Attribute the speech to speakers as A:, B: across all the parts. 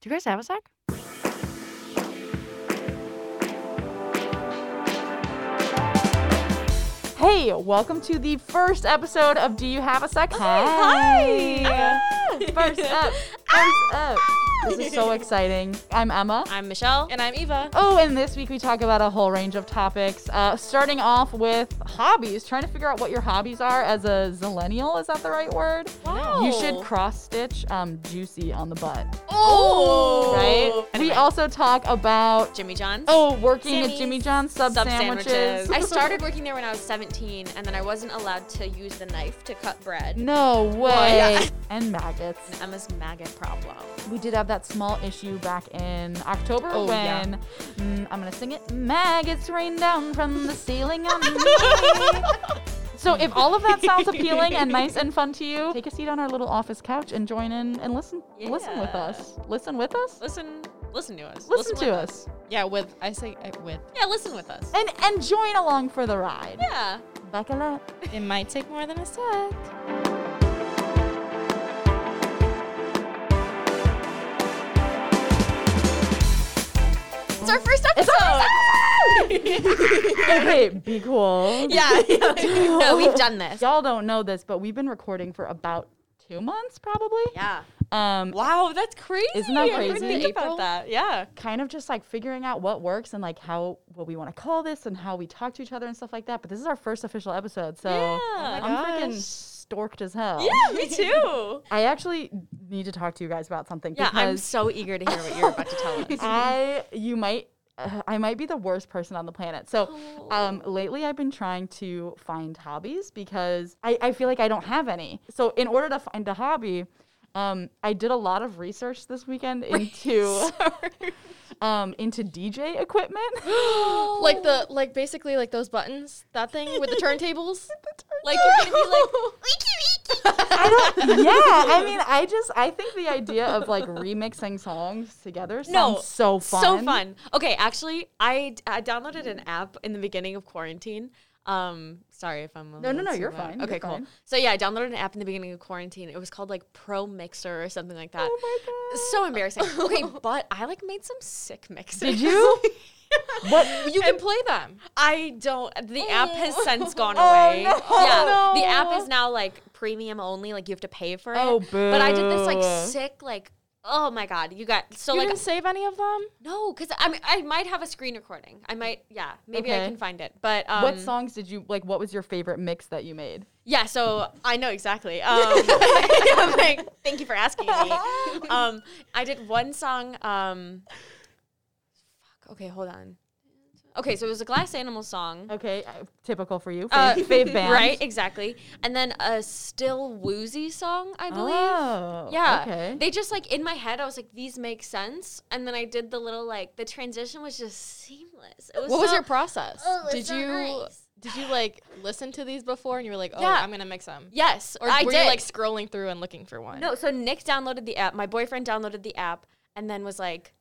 A: Do you guys have a sec?
B: Hey, welcome to the first episode of Do You Have a Sec? Hey.
C: Ah!
B: First up. First up. This is so exciting. I'm Emma.
D: I'm Michelle.
C: And Ah! I'm Eva.
B: Oh, and this week we talk about a whole range of topics, uh, starting off with hobbies, trying to figure out what your hobbies are as a zillennial. Is that the right word?
C: Wow.
B: You should cross stitch um, juicy on the butt,
C: Oh.
B: right? We
C: Anyway.
B: also talk about,
C: Jimmy John's.
B: oh, working at
C: Sammy's
B: Jimmy John's sub,
C: Sub
B: sandwiches.
C: I started working there when I was 17, and then I wasn't allowed to use the knife to cut bread.
B: No way. and maggots.
C: Emma's maggot problem.
B: We did have that small issue back in October
D: Oh, yeah.
B: when mm, I'm gonna sing it. Maggots rain down from the ceiling on me. so if all of that sounds appealing and nice and fun to you, take a seat on our little office couch and join in and listen. Listen with
C: Yeah.
B: us. Listen with us.
C: Listen, listen to us.
B: Listen, to
C: with
B: us
D: Yeah, with I say uh, with.
C: Yeah, listen with us.
B: and and join along for the ride.
C: Yeah.
B: Buckle up.
D: It might take more than a sec.
C: It's our first episode.
B: okay, be cool.
C: yeah. no, we've done this.
B: Y'all don't know this, but we've been recording for about two months probably.
C: Yeah.
B: Um,
D: Wow, that's crazy.
B: Isn't that
D: I didn't even
B: crazy?
D: Think
B: April?
D: about that. Yeah.
B: kind of just like figuring out what works and like how what we want to call this and how we talk to each other and stuff like that. But this is our first official episode, so
C: Yeah.
D: Oh my
B: I'm freaking
D: gosh.
B: storked as hell.
C: Yeah, me too.
B: I actually need to talk to you guys about something
C: yeah, I'm
B: because
C: so eager to hear what you're about to tell us.
B: I you might uh, I might be the worst person on the planet. So
C: Oh.
B: um, lately I've been trying to find hobbies because I, I feel like I don't have any. So in order to find a hobby, um, I did a lot of research this weekend into um, into DJ equipment.
E: like the like basically like those buttons that thing with the turntables
C: like you're gonna be like,
B: I don't. Yeah, I mean, I just I think the idea of like remixing songs together sounds
C: No,
B: so fun.
C: So fun. Okay, actually, I, I downloaded an app in the beginning of quarantine. Um, sorry if I'm
B: No,
C: a
B: no,
C: little
B: no,
C: too
B: you're
C: loud.
B: fine,
C: Okay,
B: you're
C: cool.
B: fine.
C: So yeah, I downloaded an app in the beginning of quarantine. It was called like Pro Mixer or something like that.
B: Oh my
C: so embarrassing. Okay, but I like made some sick mixes.
B: Did you? god. What?
E: you can play them
C: I don't. The app has since gone
B: Oh,
C: away.
B: no.
C: Yeah, the
B: No.
C: app is now like premium only. Like you have to pay for it.
B: Oh,
C: But I did this like
B: boo.
C: sick like. Oh my god, you got so
E: you
C: like
E: didn't save any of them
C: No, because I mean, I might have a screen recording. I might, yeah, maybe
B: Okay.
C: I can find it. But um,
B: what songs did you like? What was your favorite mix that you made?
C: Yeah, so I know exactly. Um, I'm like, thank you for asking me. Um, I did one song. Um, fuck. Okay, hold on. Okay, so it was a Glass Animal song.
B: Okay, uh, typical for you.
C: Uh,
B: Fave, fave band,
C: Right, exactly. And then a Still Woozy song, I believe.
B: Oh,
C: Yeah.
B: Okay.
C: They just like in my head, I was like, these make sense. And then I did the little like the transition was just seamless. It was
E: what was
C: so-
E: your process
C: Oh, it's
E: did
C: so
E: you
C: nice.
E: did you like listen to these before and you were like oh
C: Yeah.
E: i'm gonna mix them
C: Yes,
E: or
C: I
E: were
C: did.
E: you like scrolling through and looking for one
C: No, so Nick downloaded the app. My boyfriend downloaded the app and then was like,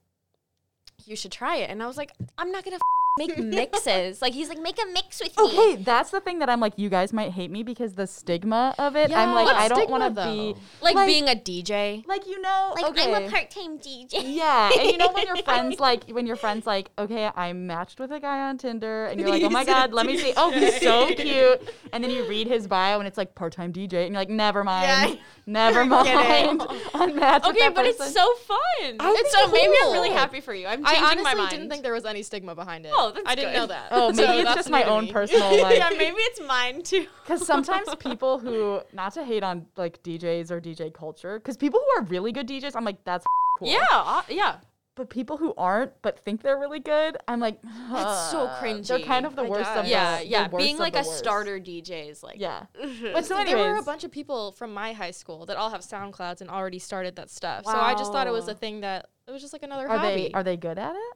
C: "You should try it." And I was like, "I'm not gonna f- make mixes." like he's like, "Make a mix with me."
B: Okay, Oh, that's the thing that I'm like. You guys might hate me because the stigma of it. I'm
E: Yeah,
B: like,
E: what
B: I don't
E: stigma,
B: want to
E: though?
B: be
C: Like,
B: Like-
C: being a DJ.
B: like you know. okay.
C: part-time DJ.
B: Yeah, and you know when your friends like when your friends like, okay, I matched with a guy on Tinder, and you're like, oh my god, let me see. Oh, he's so cute. And then you read his bio, and it's like part-time DJ, and you're like, never mind,
C: Yeah.
B: never mind, unmatched with
C: Okay,
B: that
C: but
B: person.
C: it's so fun.
B: I
C: it's
B: think
C: so maybe
B: cool.
C: I'm really happy for you. I'm
E: i
C: changing
E: honestly
C: my mind.
E: didn't think there was any stigma behind it
C: Oh, that's
E: i didn't
C: good.
E: know that
B: Oh,
E: So
B: maybe it's
E: that's
B: just
E: new
B: my
E: to
B: own
E: me.
B: personal
C: yeah,
B: like,
C: maybe it's mine too.
B: because sometimes people who, not to hate on like DJs or DJ culture, because people who are really good DJs, I'm like, that's cool.
C: Yeah, uh, yeah.
B: But people who aren't but think they're really good, I'm like,
C: That's so
B: "Ugh, They're
C: cringy,
B: kind of the
E: I
B: worst
E: guess.
B: of the-
C: Yeah,
B: the
C: yeah.
B: worst
C: Being
B: of
C: like
B: the
C: a
B: worst.
C: starter DJ is like
B: Yeah. But so
E: there were a
B: anyways-
E: bunch of people from my high school that all have SoundClouds and already started that stuff. So I just thought it was
C: Wow.
E: a thing that it was just like another
B: Are
E: hobby.
B: they are they good at it?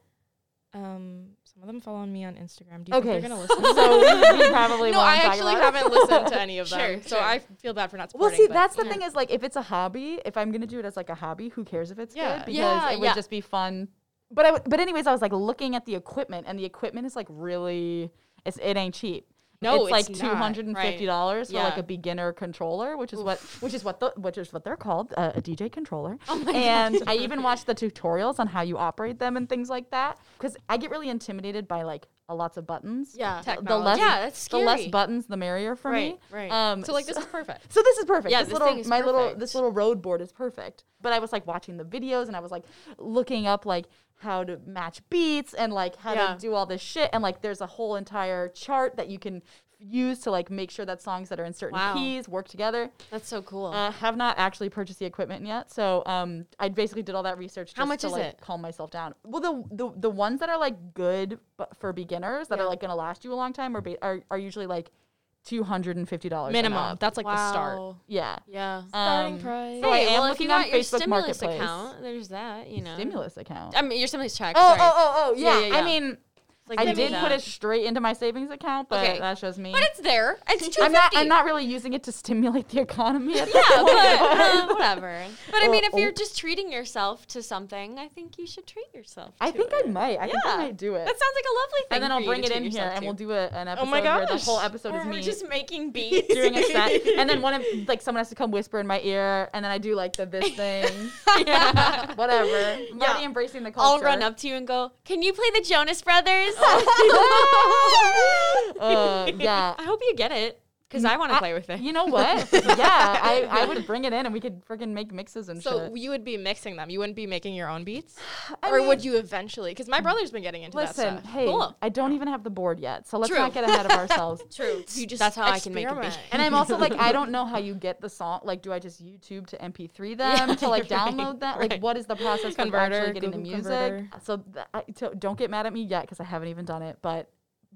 E: Um, some of them follow me on Instagram. Do you think
B: Okay.
E: they're gonna listen?
B: So we, we probably
E: no,
B: won't
E: I
B: talk
E: actually
B: about it.
E: haven't listened to any of them,
C: Sure,
E: so
C: sure.
E: I feel bad for not
B: Well,
E: supporting.
B: see,
E: but-
B: that's the thing is like if it's a hobby, if I'm gonna do it as like a hobby, who cares if it's
E: Yeah.
B: good? Because
C: Yeah,
B: it would
C: yeah.
B: just be fun. But I w- but anyways, I was like looking at the equipment, and the equipment is like really it's, it ain't cheap.
E: No,
B: it's,
E: it's
B: like
E: not,
B: two hundred and fifty dollars for like
E: Yeah.
B: a beginner controller, which is what which is what the which is what they're called uh, a DJ controller. and I even watched the tutorials on how you operate them and things like that because I get really intimidated by like a lots of buttons.
C: Yeah.
B: The- the
E: Technology.
B: less
C: Yeah, that's
B: the less
C: scary.
B: buttons the merrier for me.
C: Right, right.
B: Um,
E: So like this is perfect.
B: so this is perfect.
C: Yeah,
B: this,
C: this
B: little
C: thing is
B: my little
C: perfect.
B: this little road board is perfect. But I was like watching the videos and I was like looking up like how to match beats and like how
C: Yeah.
B: to do all this shit and like there's a whole entire chart that you can use to like make sure that songs that are in certain
C: Wow. Uh-huh.
B: keys work together.
C: That's so cool.
B: Uh, have not actually purchased the equipment yet, so um, I basically did all that research. Just
C: How much
B: to,
C: is
B: like,
C: it?
B: Calm myself down. Well, the the, the ones that are like good but for beginners that are
C: Yeah.
B: like gonna last you a long time are ba- are, are usually like two hundred and fifty dollars
E: Minimum. That's like the start.
C: Wow.
B: Yeah.
C: Yeah.
E: Starting
B: Um,
E: price.
B: So I
C: Hey,
B: am
C: well, if
B: looking
C: you
B: on
C: want your
B: Facebook
C: stimulus
B: Marketplace.
C: account, there's that, you know.
B: Stimulus account.
C: I mean, your stimulus check.
B: Oh,
C: sorry.
B: oh, oh, oh, yeah.
C: Yeah, yeah,
B: I
C: yeah.
B: mean,
C: Like,
B: I
C: they
B: did
C: made
B: put
C: that.
B: it straight into my savings account, but
C: Okay.
B: that's just me.
C: But it's there. It's two
B: I'm not.
C: fifty.
B: I'm not really using it to stimulate the economy. At
C: Yeah,
B: yeah.
C: but uh, whatever. But I mean, if
B: Oh,
C: you're
B: oh.
C: just treating yourself to something, I think you should treat yourself.
B: I
C: to
B: think
C: it.
B: I might. I think I
C: Yeah.
B: might do it.
C: That sounds like a lovely thing.
B: and then
C: for
B: I'll
C: you
B: bring
C: to
B: it
C: treat
B: in here,
C: yourself
B: and
C: to.
B: we'll do a, an episode
E: Oh my
B: where the
E: gosh.
B: whole episode
C: Or
B: is
C: we're
B: me
C: just making beats.
B: doing a set, and then one of like someone has to come whisper in my ear, and then I do like the this thing,
C: yeah.
B: whatever. I'm
C: Yeah.
B: already embracing the culture.
C: I'll run up to you and go, "Can you play the Jonas Brothers?"
B: Uh, yeah,
C: I hope you get it because
E: Mm,
C: I want to
B: I-
C: play with it.
B: You know what? yeah, I, I would bring it in and we could freaking make mixes and
E: So
B: shit.
E: you would be mixing them. You wouldn't be making your own beats,
B: I
E: or
B: mean-
E: would you eventually? Because my brother's been getting into
B: Listen,
E: that stuff.
B: hey,
C: Cool.
B: I don't even have the board yet, so let's
C: True.
B: not get ahead of ourselves.
C: True. You just
E: That's how
C: a
E: I can make a
C: beat.
E: beat.
B: And I'm also like, I don't know how you get the song. Like, do I just YouTube to MP3 them to
E: right,
B: like download that? Like,
E: right.
B: what is the process for actually
E: Converter,
B: getting the
E: Google
B: music?
E: Converter.
B: So, th- I, so don't get mad at me yet because I haven't even done it. But,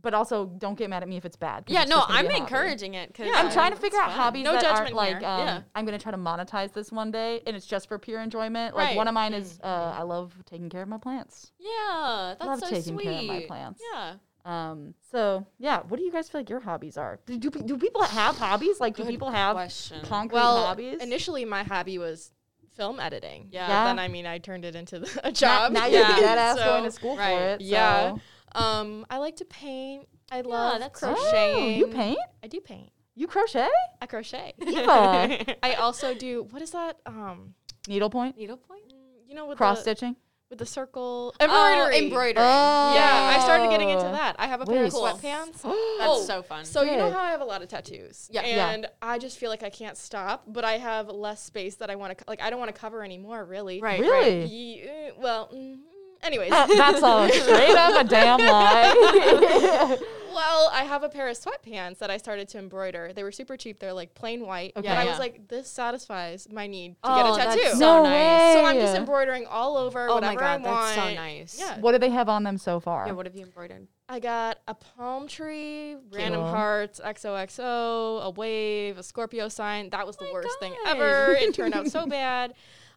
B: but also don't get mad at me if it's bad. 'cause
C: Yeah,
B: it's
C: no,
B: just gonna
C: I'm
B: be a hobby.
C: encouraging it because
E: Yeah,
B: I'm trying to figure out hobbies
E: No
B: that aren't
E: judgment
B: like um,
E: here. Yeah.
B: I'm gonna try to monetize this one day, and it's just for pure enjoyment. Like
E: Right. Mm.
B: one of mine is uh, I love taking care of my plants.
C: Yeah, that's
B: love
C: so
B: taking
C: sweet.
B: care of my plants.
C: Yeah.
B: Um. So yeah, what do you guys feel like your hobbies are? Do do, pe- do people have hobbies? Like do people have
C: question.
B: concrete
E: well,
B: hobbies?
E: initially my hobby was film editing.
C: Yeah.
E: But
B: Yeah.
E: Then I mean, I turned it into the, a
B: now,
E: job.
B: now you're
C: yeah,
B: dead ass
E: so-
B: going to school for
E: right,
B: it.
E: yeah.
B: so-
E: Um, I like to paint. I love
C: that's so-
B: Oh,
E: crocheting.
B: you paint?
E: I do paint.
B: You crochet?
E: I crochet.
B: Eva.
E: I also do. What is that? Um,
B: Needlepoint?
C: Needlepoint?
E: you know, with
B: Cross
E: the,
B: stitching?
E: with the circle
C: Embroidery.
E: Oh, embroidery. Yeah, I started getting into that. I have a pair
B: Wait.
E: of
B: Cool.
E: sweatpants.
C: That's
E: Oh,
C: so fun.
E: So you know
B: Good.
E: how I have a lot of tattoos,
C: Yeah.
B: Yeah.
E: and I just feel like I can't stop, but I have less space that I want to. Co- like I don't want to cover anymore, really.
C: right. Right.
B: Really?
E: Ye- eh, well, mm, anyways,
B: Uh, that's a straight up a damn lie.
E: well, I have a pair of sweatpants that I started to embroider. They were super cheap. They're like plain white,
B: Okay.
E: but I
C: Yeah.
E: was like, this satisfies my need to
C: Oh,
E: get a
C: that's
E: tattoo.
C: so-
B: no way.
C: nice.
E: So I'm just embroidering all over
C: Oh
E: whatever
C: my god,
E: I want.
C: that's so nice.
E: Yeah.
B: What do they have on them so far?
C: Yeah, what have you embroidered?
E: I got a palm tree, random
B: Cool.
E: hearts, XOXO, a wave, a Scorpio sign. That was the worst thing
C: God.
E: ever. it turned out so bad.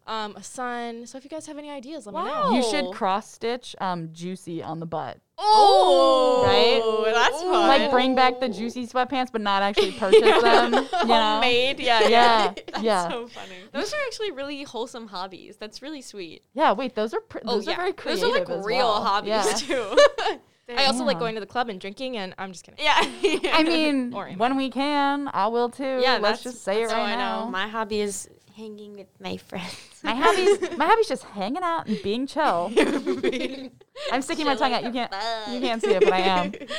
E: Um, a sun. So if you guys have any ideas, let me know.
B: you should
C: Oh.
B: cross stitch um, juicy on the butt.
C: Oh,
B: Right?
C: that's fun.
B: Like bring back the juicy sweatpants, but not actually purchase them. You know?
C: Homemade, yeah, yeah.
B: Yeah, yeah,
E: so funny.
C: Those are actually really wholesome hobbies. That's really sweet.
B: yeah. Wait, those are pr- those are very
C: Oh, Those
B: creative.
C: are like
B: as
C: real
B: well.
C: hobbies
B: Yeah.
C: too.
E: I also like
B: Damn.
E: going to the club and drinking, and I'm just kidding.
C: yeah.
B: I mean,
E: Or am
B: when we can, I will too.
C: Yeah,
B: let's
C: that's-
B: just say it
C: that's
B: right
C: how I
B: now.
C: know.
B: My,
A: My hobby is hanging with my friends.
B: hobbies, my hobbies, just hanging out and being chill. I'm sticking my tongue out. You can't, you can't see it, but I am. But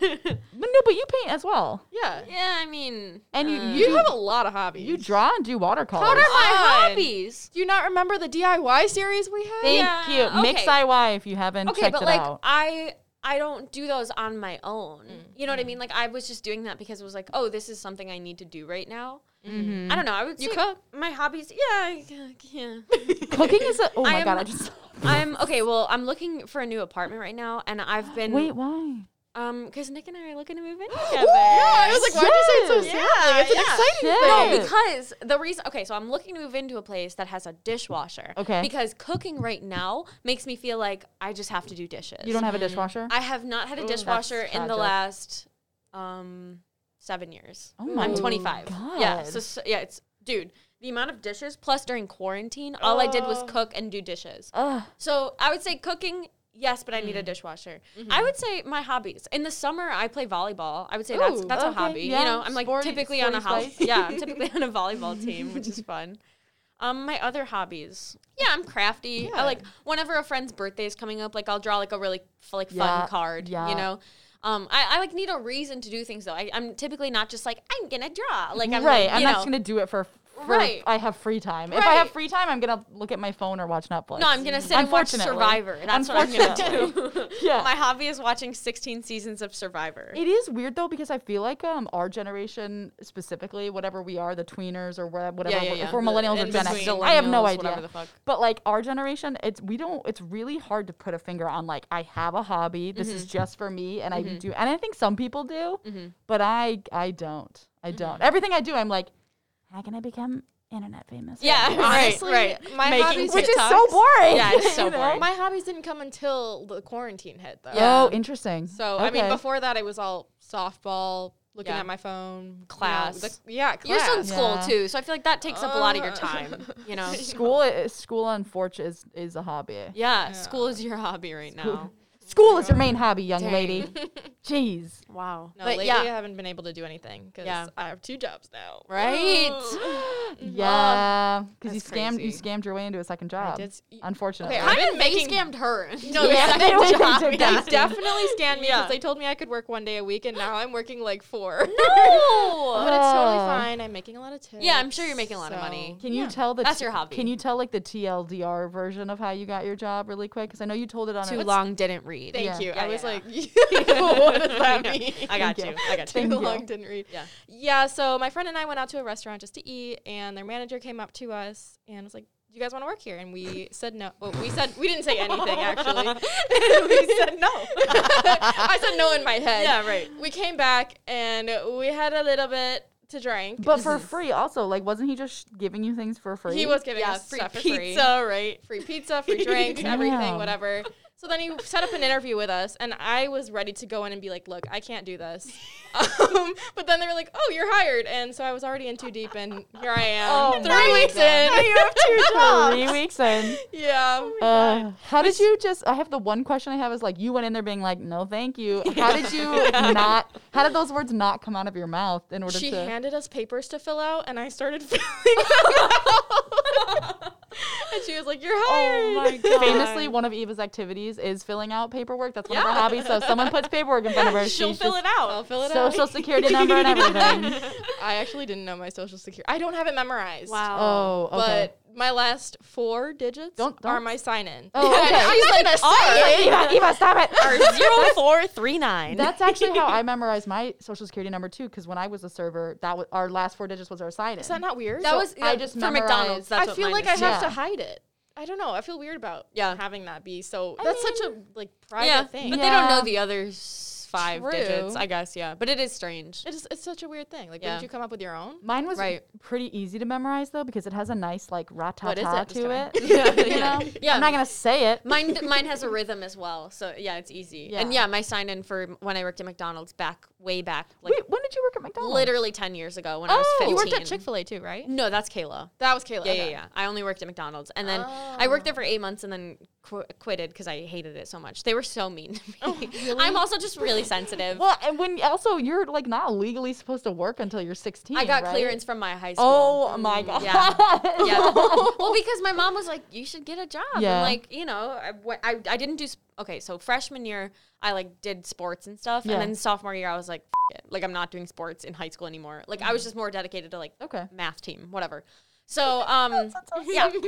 B: no, but you paint as well,
E: Yeah.
C: yeah, I mean,
B: and you
C: uh,
B: you,
E: You
B: do-
E: have a lot of hobbies.
B: you draw and do watercolors.
C: what are my
E: on.
C: hobbies?
E: Do you not remember the DIY series we had?
B: Thank
C: Yeah,
B: you. Mix
C: okay.
B: IY if you haven't
C: Okay,
B: checked
C: but
B: it
C: like
B: out.
C: I I don't do those on my own. You know what I mean? Like I was just doing that because it was like, oh, this is something I need to do right now. I don't know. I would
E: You
C: say
E: cook?
C: my hobbies. Yeah, I cook, yeah.
B: Cooking is a. Oh my
C: I
B: god!
C: am-
B: I just
C: I'm okay. Well, I'm looking for a new apartment right now, and I've been
B: wait. Why?
C: um because Nick and I are looking to move in
E: Yeah,
C: together.
E: I was like, why did you say it so
B: Yes.
E: sadly? It's an
C: Yeah, yeah.
E: exciting
B: Shit.
E: thing.
C: because the reason okay so i'm looking to move into a place that has a dishwasher
B: Okay.
C: because cooking right now makes me feel like i just have to do dishes
B: You don't have a dishwasher?
C: i have not had a dishwasher
B: That's
C: in the
B: tragic.
C: last um seven years
B: Oh my
C: i'm 25 yeah so,
B: God.
C: so yeah it's dude the amount of dishes plus during quarantine all i did was
E: Oh.
C: cook and do dishes
B: Ugh.
C: so i would say cooking Yes, but I need a
B: Mm-hmm.
C: dishwasher. I would say my hobbies. In the summer, I play volleyball. I would say that's
B: Ooh,
C: that's
B: okay,
C: a hobby.
B: yeah,
C: You know, I'm like
B: sporty-
C: typically on a
B: sporty
C: ho-
B: spice.
C: yeah, I'm typically on a volleyball team, which is fun. Um, my other hobbies. Yeah, I'm crafty. I like whenever a friend's birthday is coming up, like I'll draw like a really f- like
B: Yeah,
C: fun card.
B: yeah.
C: You know. Um, I, I like need a reason to do things though. I, I'm typically not just like I'm gonna draw. Like I'm
B: right.
C: Like,
B: I'm
C: you
B: not
C: know,
B: just gonna do it for. for
C: Right.
B: I have free time. If I have
C: Right.
B: free time, I'm gonna look at my phone or watch Netflix.
C: No, I'm gonna sit and watch
B: Unfortunately.
C: Survivor. That's what I'm gonna do.
B: Yeah.
C: My hobby is watching 16 seasons of Survivor.
B: It is weird though because I feel like um our generation specifically, whatever we are, the tweeners or wha- whatever,
C: yeah,
B: we're-
C: yeah.
B: if we're millennials or
C: In
B: Gen X,
C: between.
B: I have no
C: Millennials,
B: idea.
C: whatever the fuck.
B: But like our generation, it's we don't. It's really hard to put a finger on like I have a hobby. This is
C: Mm-hmm.
B: just for me, and I do. And I think some people do, but I I don't. I
C: Mm-hmm.
B: don't. Everything I do, I'm like, how can I become internet famous?
C: yeah,
E: Honestly,
C: right, right.
E: my
C: Making
E: hobbies
B: which
E: didn't-
B: is so boring.
C: Yeah, it's
B: you
C: so
B: know?
C: boring.
E: my hobbies didn't come until the quarantine hit though.
C: Yeah.
B: Oh, interesting.
E: So I mean,
B: Okay.
E: before that, it was all softball, looking
C: Yeah.
E: at my phone,
C: Class.
E: You know, the- yeah, class.
C: You're still in school
B: Yeah.
C: too, so I feel like that takes up a lot of your
E: Uh.
C: time. You know.
B: school, i- school, unfortunately, is is a hobby.
C: Yeah, school is your hobby right now.
B: School is your main hobby, young lady. Jeez.
C: Wow.
E: No,
C: but
E: lately I
C: yeah,
E: haven't been able to do anything because
C: Yeah.
E: I have two jobs now.
C: right.
B: Yeah, because you
C: that's
B: scammed you
C: crazy.
B: scammed your way into a second job.
E: did s- y-
B: Unfortunately.
E: Okay,
C: Kind
E: I've
C: of
E: been
C: they
E: making-
C: scammed her.
E: No, they
B: Yeah, they did,
C: job,
B: they
E: They
B: did.
E: definitely scanned me because
C: Yeah.
E: they told me I could work one day a week, and now I'm working like four.
C: No.
E: but it's totally
B: Oh.
E: fine. I'm making a lot of tips.
C: Yeah, I'm sure you're making a lot of money.
B: Can you tell the
C: That's your hobby.
B: Can you tell like the TLDR version of how you got your job really quick? Because I know you told it on
C: Too
B: a
C: long didn't read.
E: Thank
B: Yeah.
E: you.
C: Yeah,
E: I was
C: yeah,
E: like, what does that
C: Yeah.
E: mean?
C: I got
B: Thank you.
C: you. I got you.
B: Thank
E: too
B: you.
E: long didn't read.
C: Yeah.
E: Yeah, so my friend and I went out to a restaurant just to eat and their manager came up to us and was like, "Do you guys want to work here?" And we said no. Well, we said we didn't say anything actually. we said no. I said no in my head.
C: Yeah, right.
E: We came back and we had a little bit to drink.
B: But for free, also like, wasn't he just giving you things for free?
E: he was giving
C: Yeah,
E: us
C: free
E: stuff for free
C: pizza, right?
E: free pizza, free drinks,
B: Damn.
E: everything, whatever. So then he set up an interview with us, and I was ready to go in and be like, "Look, I can't do this." Um, but then they were like, "Oh, you're hired," and so I was already in too deep, and here I am,
B: Oh
E: three
B: my
E: weeks in.
B: you have two three weeks in.
E: yeah.
B: Uh, how did you just? I have the one question I have is like, you went in there being like, no, thank you. How did you not? How did those words not come out of your mouth in order
E: She
B: to?
E: handed us papers to fill out, and I started filling them out. and she was like, "You're hired."
C: god.
B: Oh Famously, one of Eva's activities is filling out paperwork. That's one of her hobbies. So if someone puts paperwork in front of her,
C: She'll
B: she's
C: fill
B: just
C: it out.
E: I'll fill it out.
B: social security number and everything.
E: I actually didn't know my social security. I don't have it memorized.
B: Oh, okay.
E: But my last four digits
B: Don't-
E: are
B: don't-
E: my sign in.
B: oh, okay.
E: She's like,
B: Eva, Eva, stop it.
C: Zero four three nine.
B: That's actually how I memorized my social security number too. Because when I was a server, that was our last four digits was our sign.
E: Is that not weird?
C: That was
B: I
C: yeah,
B: just
C: for
B: memorized-
C: McDonald's. That's
E: I
C: what
E: feel
C: mine
E: like
C: is.
E: I have
B: Yeah.
E: to hide it. I don't know. I feel weird about
C: Yeah.
E: having that be so.
B: I
E: that's
B: mean-
E: such a like private
C: yeah,
E: thing.
C: but
B: Yeah.
C: they don't know the other s- five
E: True.
C: digits, I guess. Yeah, but it is strange.
E: It is, it's such a weird thing. Like,
C: Yeah.
E: didn't you come up with your own?
B: Mine was
C: Right.
B: pretty easy to memorize though because it has a nice like
E: is
B: ratata
E: it? Just
B: to it.
E: kidding.
B: you know?
C: Yeah.
B: I'm not gonna say it.
C: Mine, d- mine has a rhythm as well, so yeah, it's easy. And
B: Yeah.
C: yeah, my sign in for m- when I worked at McDonald's back way back, like
B: Wait, when did you work at McDonald's?
C: literally ten years ago when I was fifteen.
E: Oh, you worked at Chick Fil A too, right?
C: No, that's Kayla.
E: That was Kayla.
C: Yeah, yeah,
E: okay. Oh.
C: yeah. I only worked at McDonald's, and then I worked there for eight months, and then qu- quitted because I hated it so much. They were so mean to me.
E: Oh,
C: I'm also just really sensitive.
B: Well, and when also you're like not legally supposed to work until you're 16.
C: I got
B: right?
C: clearance from my high school.
B: Oh my god.
C: yeah. yeah. well, because my mom was like, "You should get a job."
B: Yeah.
C: And like, you know, I, went- I, I didn't do. s- Okay, so freshman year, I like did sports and stuff,
B: Yeah.
C: and then sophomore year, I was like, F- it. like I'm not doing sports in high school anymore. Like I was just more dedicated to like
B: Mm-hmm. Okay.
C: math team, whatever. So um, yeah.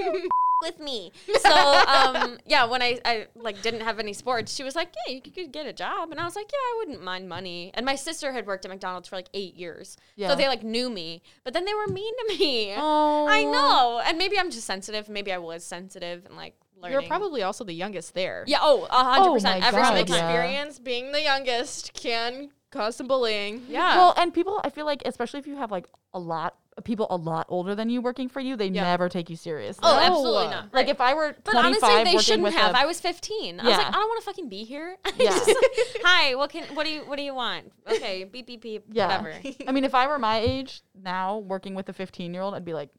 C: With me, so um, yeah. When I, I like didn't have any sports, she was like, "Yeah, you could get a job," and I was like, "Yeah, I wouldn't mind money." And my sister had worked at McDonald's for like eight years,
B: Yeah.
C: so they like knew me, but then they were mean to me.
B: Oh.
C: I know, and maybe I'm just sensitive. Maybe I was sensitive and like learning.
E: You're probably also the youngest there.
C: yeah. Oh, a hundred
B: Oh
C: percent.
B: my
C: Every
B: God,
C: single
B: yeah.
C: time.
E: Experience being the youngest can cause some bullying.
C: Yeah.
B: Well, oh, and people, I feel like, especially if you have like a lot of people a lot older than you working for you, they never take you seriously.
C: oh, absolutely not.
B: Like
C: Right.
B: if I were
C: But
B: 25
C: honestly, they
B: working
C: shouldn't
B: with
C: have.
B: a-
C: I was 15. I was
B: Yeah.
C: like, "Oh, I don't want to fucking be here.
B: Yeah.
C: Just like, Hi. What can? What do you? What do you want? Okay. Beep beep beep.
B: yeah.
C: Whatever.
B: I mean, if I were my age now working with a 15 year old, I'd be like,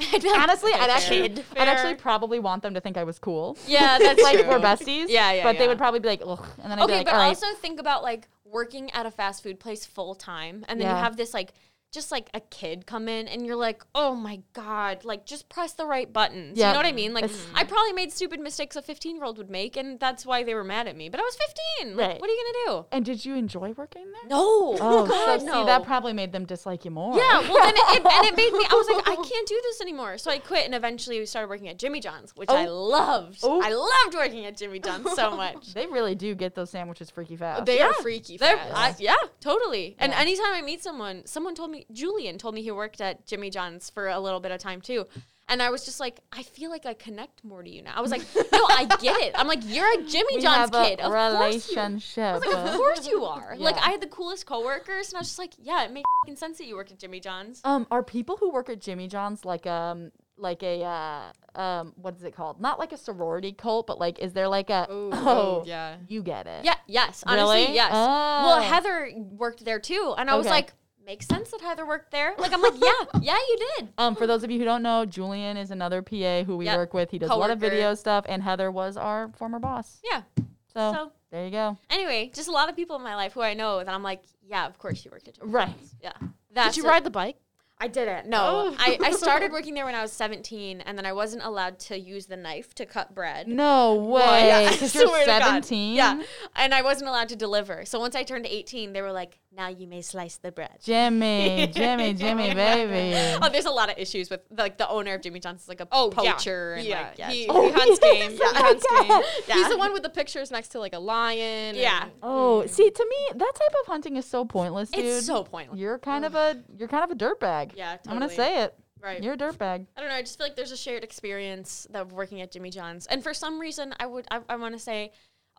B: Honestly, I'd actually,
A: Kid.
B: I'd actually probably want them to think I was cool.
C: Yeah, that's
B: like
C: true.
B: we're besties.
C: Yeah, yeah,
B: But
C: yeah.
B: they would probably be like, ugh, and then I'd
C: Okay,
B: be like,
C: but
B: all right.
C: also think about like working at a fast food place full time, and then you
B: Yeah.
C: have this like just like a kid come in, and you're like, oh my god, like just press the right buttons. You
B: Yeah.
C: know what I mean? Like
B: It's-
C: I probably made stupid mistakes a 15 year old would make, and that's why they were mad at me. But I was 15. Like,
B: Right.
C: What are you gonna do?
B: and did you enjoy working there?
C: No.
B: Oh,
C: God,
B: so
C: no.
B: see, that probably made them dislike you more.
C: Yeah, well, then it, it, and it made me. I was like, I can't do this anymore. So I quit, and eventually we started working at Jimmy John's, which I loved.
B: Oh.
C: I loved working at Jimmy John's so much.
B: They really do get those sandwiches freaky fast.
E: They
C: Yeah.
E: are freaky.
C: They're-
E: fast.
C: I- yeah, totally. And
B: Yeah.
C: anytime I meet someone, someone told me Julian told me he worked at Jimmy John's for a little bit of time too. And I was just like, I feel like I connect more to you now. I was like, no, I get it. I'm like, you're a Jimmy
B: we
C: John's
B: have a
C: kid. Of course you
B: relationship.
C: like, of course you are. Like,
B: Yeah.
C: I had the coolest coworkers, and I was just like, yeah, it makes fing sense that you worked at Jimmy John's.
B: um, are people who work at Jimmy John's like um like a uh, um what is it called? Not like a sorority cult, but like is there like a
E: Ooh,
B: oh
E: yeah.
B: you get it?
C: Yeah, yes. Honestly,
B: Really?
C: yes.
B: Oh.
C: Well, Heather worked there too, and I was
B: Okay.
C: like, makes sense that Heather worked there. Like, I'm like, yeah, yeah, you did.
B: Um, for those of you who don't know, Julian is another PA who we
C: Yep.
B: work with. He does a lot of
C: Coworker.
B: video stuff, and Heather was our former boss.
C: Yeah.
B: So,
C: So-
B: there you go.
C: Anyway, just a lot of people in my life who I know that I'm like, yeah, of course you worked at Jimmy
B: Right.
C: Yeah. That's
D: Did you
C: it.
D: ride the bike?
C: I didn't.
B: Oh.
C: No. I, I started working there when I was 17, and then I wasn't allowed to use the knife to cut bread.
B: No way.
C: yeah, I
B: Because
C: swear
B: you're
C: to God.
B: 17.
C: Yeah. And I wasn't allowed to deliver. So once I turned 18, they were like, now you may slice the bread.
B: Jimmy, Jimmy, Jimmy, baby.
C: Oh, there's a lot of issues with like the owner of Jimmy John's is like a
E: Oh, yeah.
C: poacher and
E: yeah.
C: like yeah.
E: He,
C: it's-
E: he hunts game.
B: yes.
E: He hunts
B: Oh my
E: game.
B: God.
E: He's the one with the pictures next to like a lion.
C: Yeah.
E: and-
B: Oh, see, to me, that type of hunting is so pointless, dude.
C: it's so pointless.
B: You're kind of a you're kind of a dirtbag.
C: Yeah,
B: I'm gonna
C: totally.
B: say it.
C: Right.
B: You're a dirtbag.
C: I don't know. I just feel like there's a shared experience of working at Jimmy John's, and for some reason, I would I, I want to say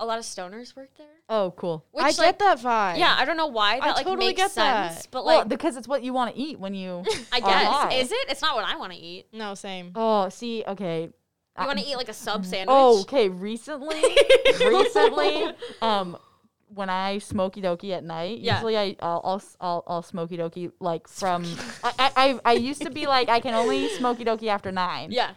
C: a lot of stoners work there.
B: Oh, cool.
C: Which,
D: I
C: like,
D: get that vibe.
C: Yeah, I don't know why that like
D: totally
C: makes
D: get that.
C: sense, but
B: well,
C: like
B: because it's what you want to eat when you.
C: I
B: are
C: guess
B: high.
C: is it? It's not what I want to eat.
E: No, same.
B: Oh, see, okay.
C: You
B: I-
C: want to eat like a sub sandwich?
B: Oh, okay. Recently, recently, um, when I smoky dokie at night,
C: Yeah.
B: usually I I'll I'll, s- I'll, I'll smoky dokie like from I, I I I used to be like I can only smoky dokie after nine.
C: yeah,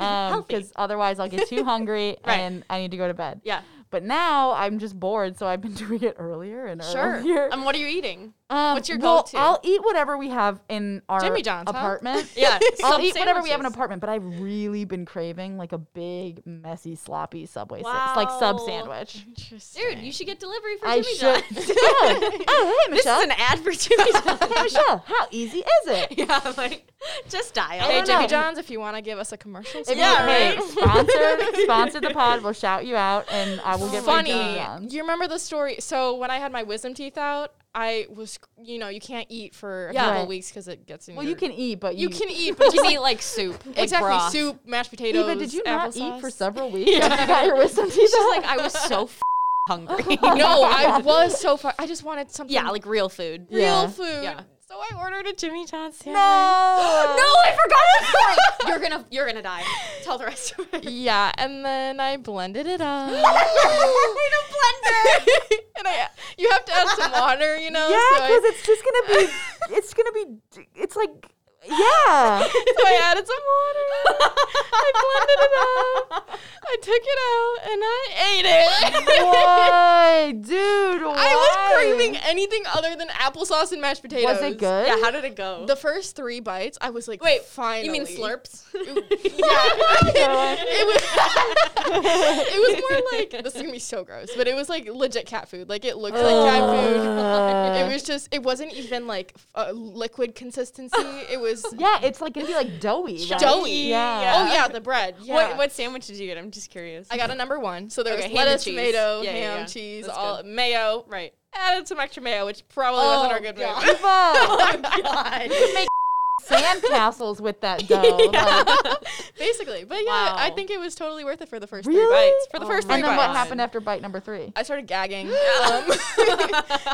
B: Oh.
C: healthy.
B: because otherwise I'll get too hungry and I need to go to bed.
C: yeah,
B: But now I'm just bored, so I've been doing it earlier and
C: sure.
B: earlier.
C: And what are you eating?
B: Um,
C: what's your
B: well,
C: go-to?
B: I'll eat whatever we have in our
E: Jimmy John's, huh?
B: apartment.
C: Yeah,
B: I'll
C: sub
B: eat whatever we have in an apartment,
C: sandwiches.
B: but I've really been craving like a big, messy, sloppy Subway sa- like sub
C: Wow.
B: sandwich.
E: Interesting.
C: Dude, you should get delivery for
B: I
C: Jimmy
B: should.
C: John's.
B: Yeah. Oh, hey
C: This
B: Michelle.
C: is an ad for Jimmy John's.
B: hey Michelle. How easy is it?
C: yeah, I'm like just dial.
E: Hey,
B: don't
E: Jimmy
B: know.
E: John's, if you want to give us a commercial,
B: If you-
C: Yeah,
B: hey,
C: right.
B: sponsor sponsor the pod. We'll shout you out, and I will get my
E: funny.
B: Jimmy John's.
E: You remember the story? So when I had my wisdom teeth out, I was, you know, you can't eat for a
B: Yeah.
E: couple
B: Right.
E: weeks because it gets in.
B: Well,
E: your-
B: you can eat, but
E: you
B: you,
E: can eat, but
C: you
E: you
C: mean like soup? and
E: exactly
C: broth.
E: soup, mashed potatoes.
B: Eva, did you not eat for
E: applesauce.
B: several weeks? after You got your wisdom teeth
C: She's
B: out.
C: like, I was so f- hungry.
E: No, I was so far. I just wanted something.
C: yeah, like real food.
E: real
B: Yeah.
E: food.
C: Yeah.
E: So I ordered a Jimmy John's sandwich.
B: no.
C: No, I forgot the story. You're gonna, you're gonna die. Tell the rest of it.
E: Yeah, and then I blended it up.
C: blender.
E: and I, you have to add some water, you know.
B: Yeah,
E: so,
B: because
E: I,
B: it's just gonna be. It's gonna be. d- It's like. Yeah.
E: so I added some water. I blended it up. I took it out and I ate it.
B: Why, dude? Why?
E: I was craving anything other than applesauce and mashed potatoes.
B: Was it good?
C: Yeah, how did it go?
E: The first three bites, I was like,
C: Wait,
E: finally.
C: you mean slurps?
E: it was it was more like this is gonna be so gross, but it was like legit cat food. Like it looked like cat
C: Uh,
E: food. It was just it wasn't even like f- a liquid consistency. It was
B: Yeah, it's like gonna be like doughy. Right?
E: doughy.
B: Yeah.
E: Oh yeah, the bread. Yeah.
C: What, what sandwich did you get? I'm just curious.
E: I got a number one. So there
C: Okay,
E: was
C: ham and
E: lettuce,
C: cheese.
E: tomato,
C: Yeah, yeah,
E: ham,
C: yeah.
E: cheese,
C: That's
E: all
C: good.
E: mayo.
C: right.
E: Added some extra mayo, which probably wasn't our good Oh,
C: God. Oh,
E: move.
B: Eva,
C: God.
B: sand castles with that dough. like-
E: Basically. But yeah,
C: Wow.
E: I think it was totally worth it for the first
B: Really?
E: three bites. For the
C: Oh
E: first
C: my
E: three
B: and then
E: bites.
B: what happened after bite number three?
E: I started gagging. Um,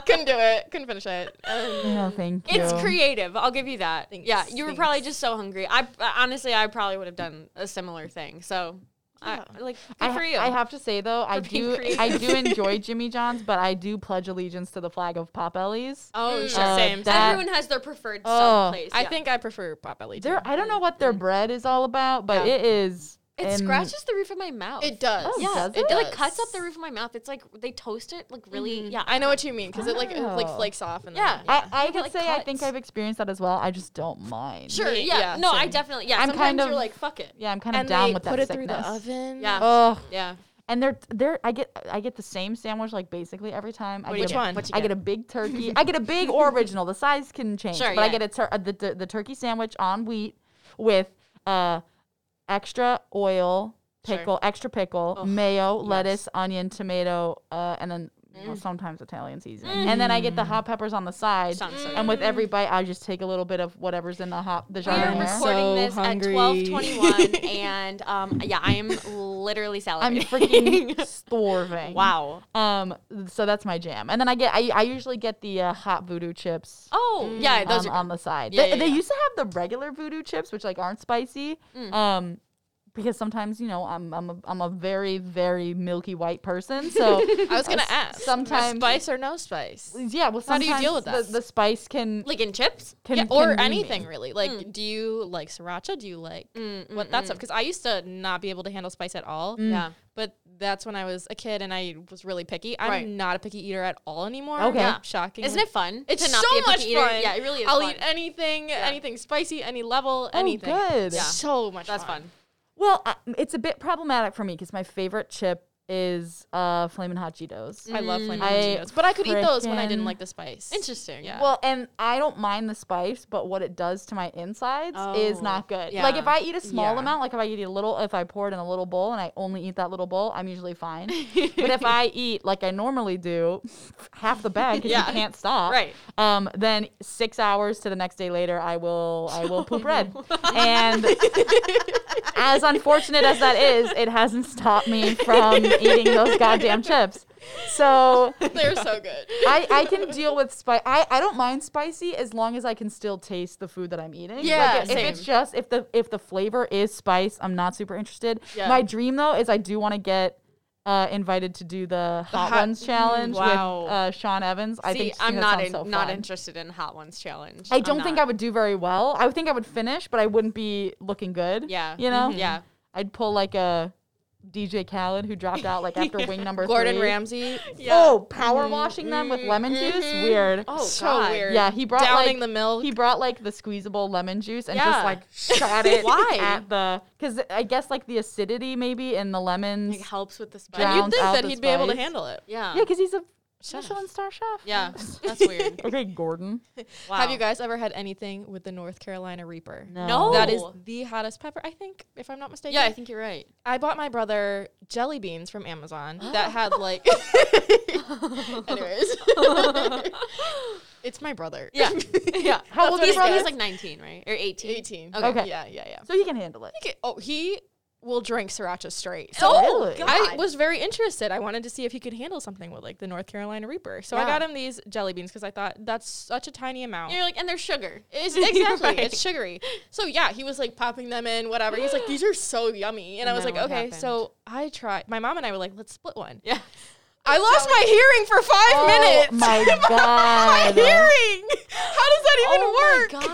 E: couldn't do it. Couldn't finish it. Um,
B: No, thank you.
C: It's creative. I'll give you that.
E: Thanks,
C: yeah, you were probably
E: thanks.
C: just so hungry. I honestly, I probably would have done a similar thing. So I- like, good
B: I,
C: for
B: ha-
C: you.
B: I have to say though, I
C: for being
B: do I
C: creative.
B: do enjoy Jimmy John's, but I do pledge allegiance to the flag of Pop Ellie's.
F: Oh,
C: Mm.
F: sure.
B: Uh,
F: Same.
B: that-
F: Everyone has their preferred
B: Oh.
F: sub place.
E: I
F: yeah.
E: think I prefer Pop Belly.
B: Their I don't know what
C: Mm.
B: their bread is all about, but
E: Yeah.
B: it is.
C: it
B: in-
C: scratches the roof of my mouth.
F: it does.
B: Oh,
C: yeah,
B: does
C: it, like
F: does.
C: cuts up the roof of my mouth. It's like they toast it like really.
F: Mhm.
E: Mm-hmm.
C: Yeah,
F: I know what you mean because it like it, like
B: Oh.
F: flakes off and
C: Mm-hmm. Yeah.
F: Then,
B: I, I could
C: like,
B: say I think
C: cuts.
B: I've experienced that as well. I just don't mind.
C: sure.
F: Me-
C: Yeah,
F: yeah,
C: no, I
F: same.
C: definitely. Yeah,
B: I'm
C: sometimes
B: kind of-
C: you're like fuck it.
B: Yeah, I'm kind of
E: And
B: down
E: they
B: with
E: put
B: that
E: it through
B: sickness.
E: the oven.
C: Yeah.
B: Oh,
F: yeah.
B: and they're they're I get I get the same sandwich like basically every time. I
E: What do you
B: get
E: get? one?
C: What you
B: I get a big turkey. I get a big or original. The size can change,
C: Sure,
B: but I
C: yeah.
B: get a tur- uh, the, the the turkey sandwich on wheat with uh extra oil,
C: Sure.
B: pickle, extra pickle, mayo, lettuce, onion, tomato, uh, and then
C: Mm.
B: well, sometimes Italian seasoning. And then I get the hot peppers on the side.
C: Sounds so
B: And with every bite, I just take a little bit of whatever's in the hot the
C: We
B: jar.
C: are
B: in there.
C: recording
E: So
C: this
E: hungry.
C: at 12:21, and um, yeah, I am literally
B: I'm
C: salivating.
B: freaking starving.
C: wow.
B: Um. So that's my jam. And then I get I, I usually get the uh, hot voodoo chips.
C: Oh yeah, those
B: um,
C: are.
B: on the side.
C: Yeah,
B: they,
C: yeah,
B: they
C: yeah.
B: used to have the regular voodoo chips, which like aren't spicy. Um, because sometimes you know I'm I'm a, I'm a very very milky white person, so
E: I was gonna
B: s-
E: ask.
B: sometimes-
E: spice or no spice?
B: yeah. Well, sometimes
E: How do you deal with
B: the,
E: that?
B: the spice can
C: like in chips.
B: can
E: yeah, or
B: can be
E: anything
B: mean.
E: really. Like, do you like sriracha? Do you like
C: Mm, mm,
E: what that stuff? Because I used to not be able to handle spice at all.
B: Mm.
C: Yeah.
E: But that's when I was a kid and I was really picky. I'm
C: Right.
E: not a picky eater at all anymore.
B: Okay. Yeah.
E: Shocking.
C: Isn't it fun?
E: It's
C: to not
E: so
C: be a picky
E: much
C: eater?
E: fun.
C: Yeah, it really is.
E: I'll
C: fun.
E: eat anything, anything spicy, any level,
B: Oh,
E: anything.
B: good.
E: It's
B: Yeah.
E: So much
C: That's
E: fun.
C: fun.
B: Well, I, it's a bit problematic for me because my favorite chip is uh flaming hot Cheetos.
E: I love flaming
B: I
E: Cheetos. But I could eat those when I
B: frickin'
E: didn't like the spice.
C: Interesting.
E: Yeah.
B: Well, and I don't mind the spice, but what it does to my insides is
C: Oh,
B: not good.
C: yeah.
B: Like if I eat a small
E: Yeah.
B: amount, like if I eat a little, if I pour it in a little bowl and I only eat that little bowl, I'm usually fine. but if I eat like I normally do, half the bag because
C: Yeah.
B: you can't stop.
C: Right.
B: Um. Then six hours to the next day later, I will I will poop red. and as unfortunate as that is, it hasn't stopped me from eating those goddamn chips. So
F: They're so good.
B: I, I can deal with spice. I, I don't mind spicy as long as I can still taste the food that I'm eating. Like,
C: Yeah,
B: if, if
C: same.
B: it's just if the if the flavor is spice, I'm not super interested.
C: Yeah.
B: My dream though is I do want to get uh, invited to do the, hot,
E: hot-
B: ones challenge
E: Wow.
B: with uh, Sean Evans. I
C: See,
B: think
C: I'm not
B: in,
C: in, not
B: interested.
C: interested in hot ones challenge.
B: I don't think I would do very well. I would think I would finish, but I wouldn't be looking good.
C: Yeah. Mm-hmm.
B: you know.
C: Yeah.
B: I'd pull like a DJ Khaled who dropped out like after wing number
E: Gordon
B: three.
E: Ramsay.
B: Oh, power washing them with lemon juice. Weird.
C: Mm-hmm. Oh
E: so
C: God.
E: weird.
B: Yeah, he brought
E: Downing
B: like
E: the milk.
B: he brought like the squeezable lemon juice and
C: Yeah.
B: just like shot it
C: Why?
B: at the because I guess like the acidity maybe in the lemons.
C: It helps with the spice.
B: Drown-
E: You'd
B: Rounds
E: think
B: out
E: that
B: the
E: he'd be able to
B: spice.
E: handle it.
C: Yeah.
B: yeah, because he's a
E: Chef.
B: Michelin star chef.
C: Yeah. That's weird.
B: Okay, Gordon.
C: Wow.
E: Have you guys ever had anything with the North Carolina Reaper?
C: No.
E: That is
C: No.
E: the hottest pepper, I think, if I'm not mistaken.
C: Yeah, I think you're right.
E: I bought my brother jelly beans from Amazon that had like. Anyways, it's my brother.
C: Yeah. yeah.
B: How old
C: Well,
B: are you?
C: he's, he's
B: guys?
C: like 19, right? Or 18.
E: 18.
C: Okay.
B: Okay.
E: Yeah, yeah, yeah.
B: so he can handle it.
E: Okay, Oh, he will drink sriracha straight. So
B: Oh,
C: Oh,
B: Really?
C: God.
E: I was very interested. I wanted to see if he could handle something with like the North Carolina Reaper. So I
B: Yeah.
E: got him these jelly beans because I thought that's such a tiny amount.
C: You're like, and there's sugar.
E: It's exactly.
C: Right.
E: It's sugary. So yeah, he was like popping them in, whatever. He's like, these are so yummy, and, I
C: And
E: was
C: then
E: like,
C: what
E: okay.
C: happened?
E: So I tried. My mom and I were like, let's split one.
C: Yeah.
E: I lost my hearing for five
B: Oh
E: minutes.
B: my
E: my
B: God.
E: hearing. How does that even
C: Oh
E: work?
C: my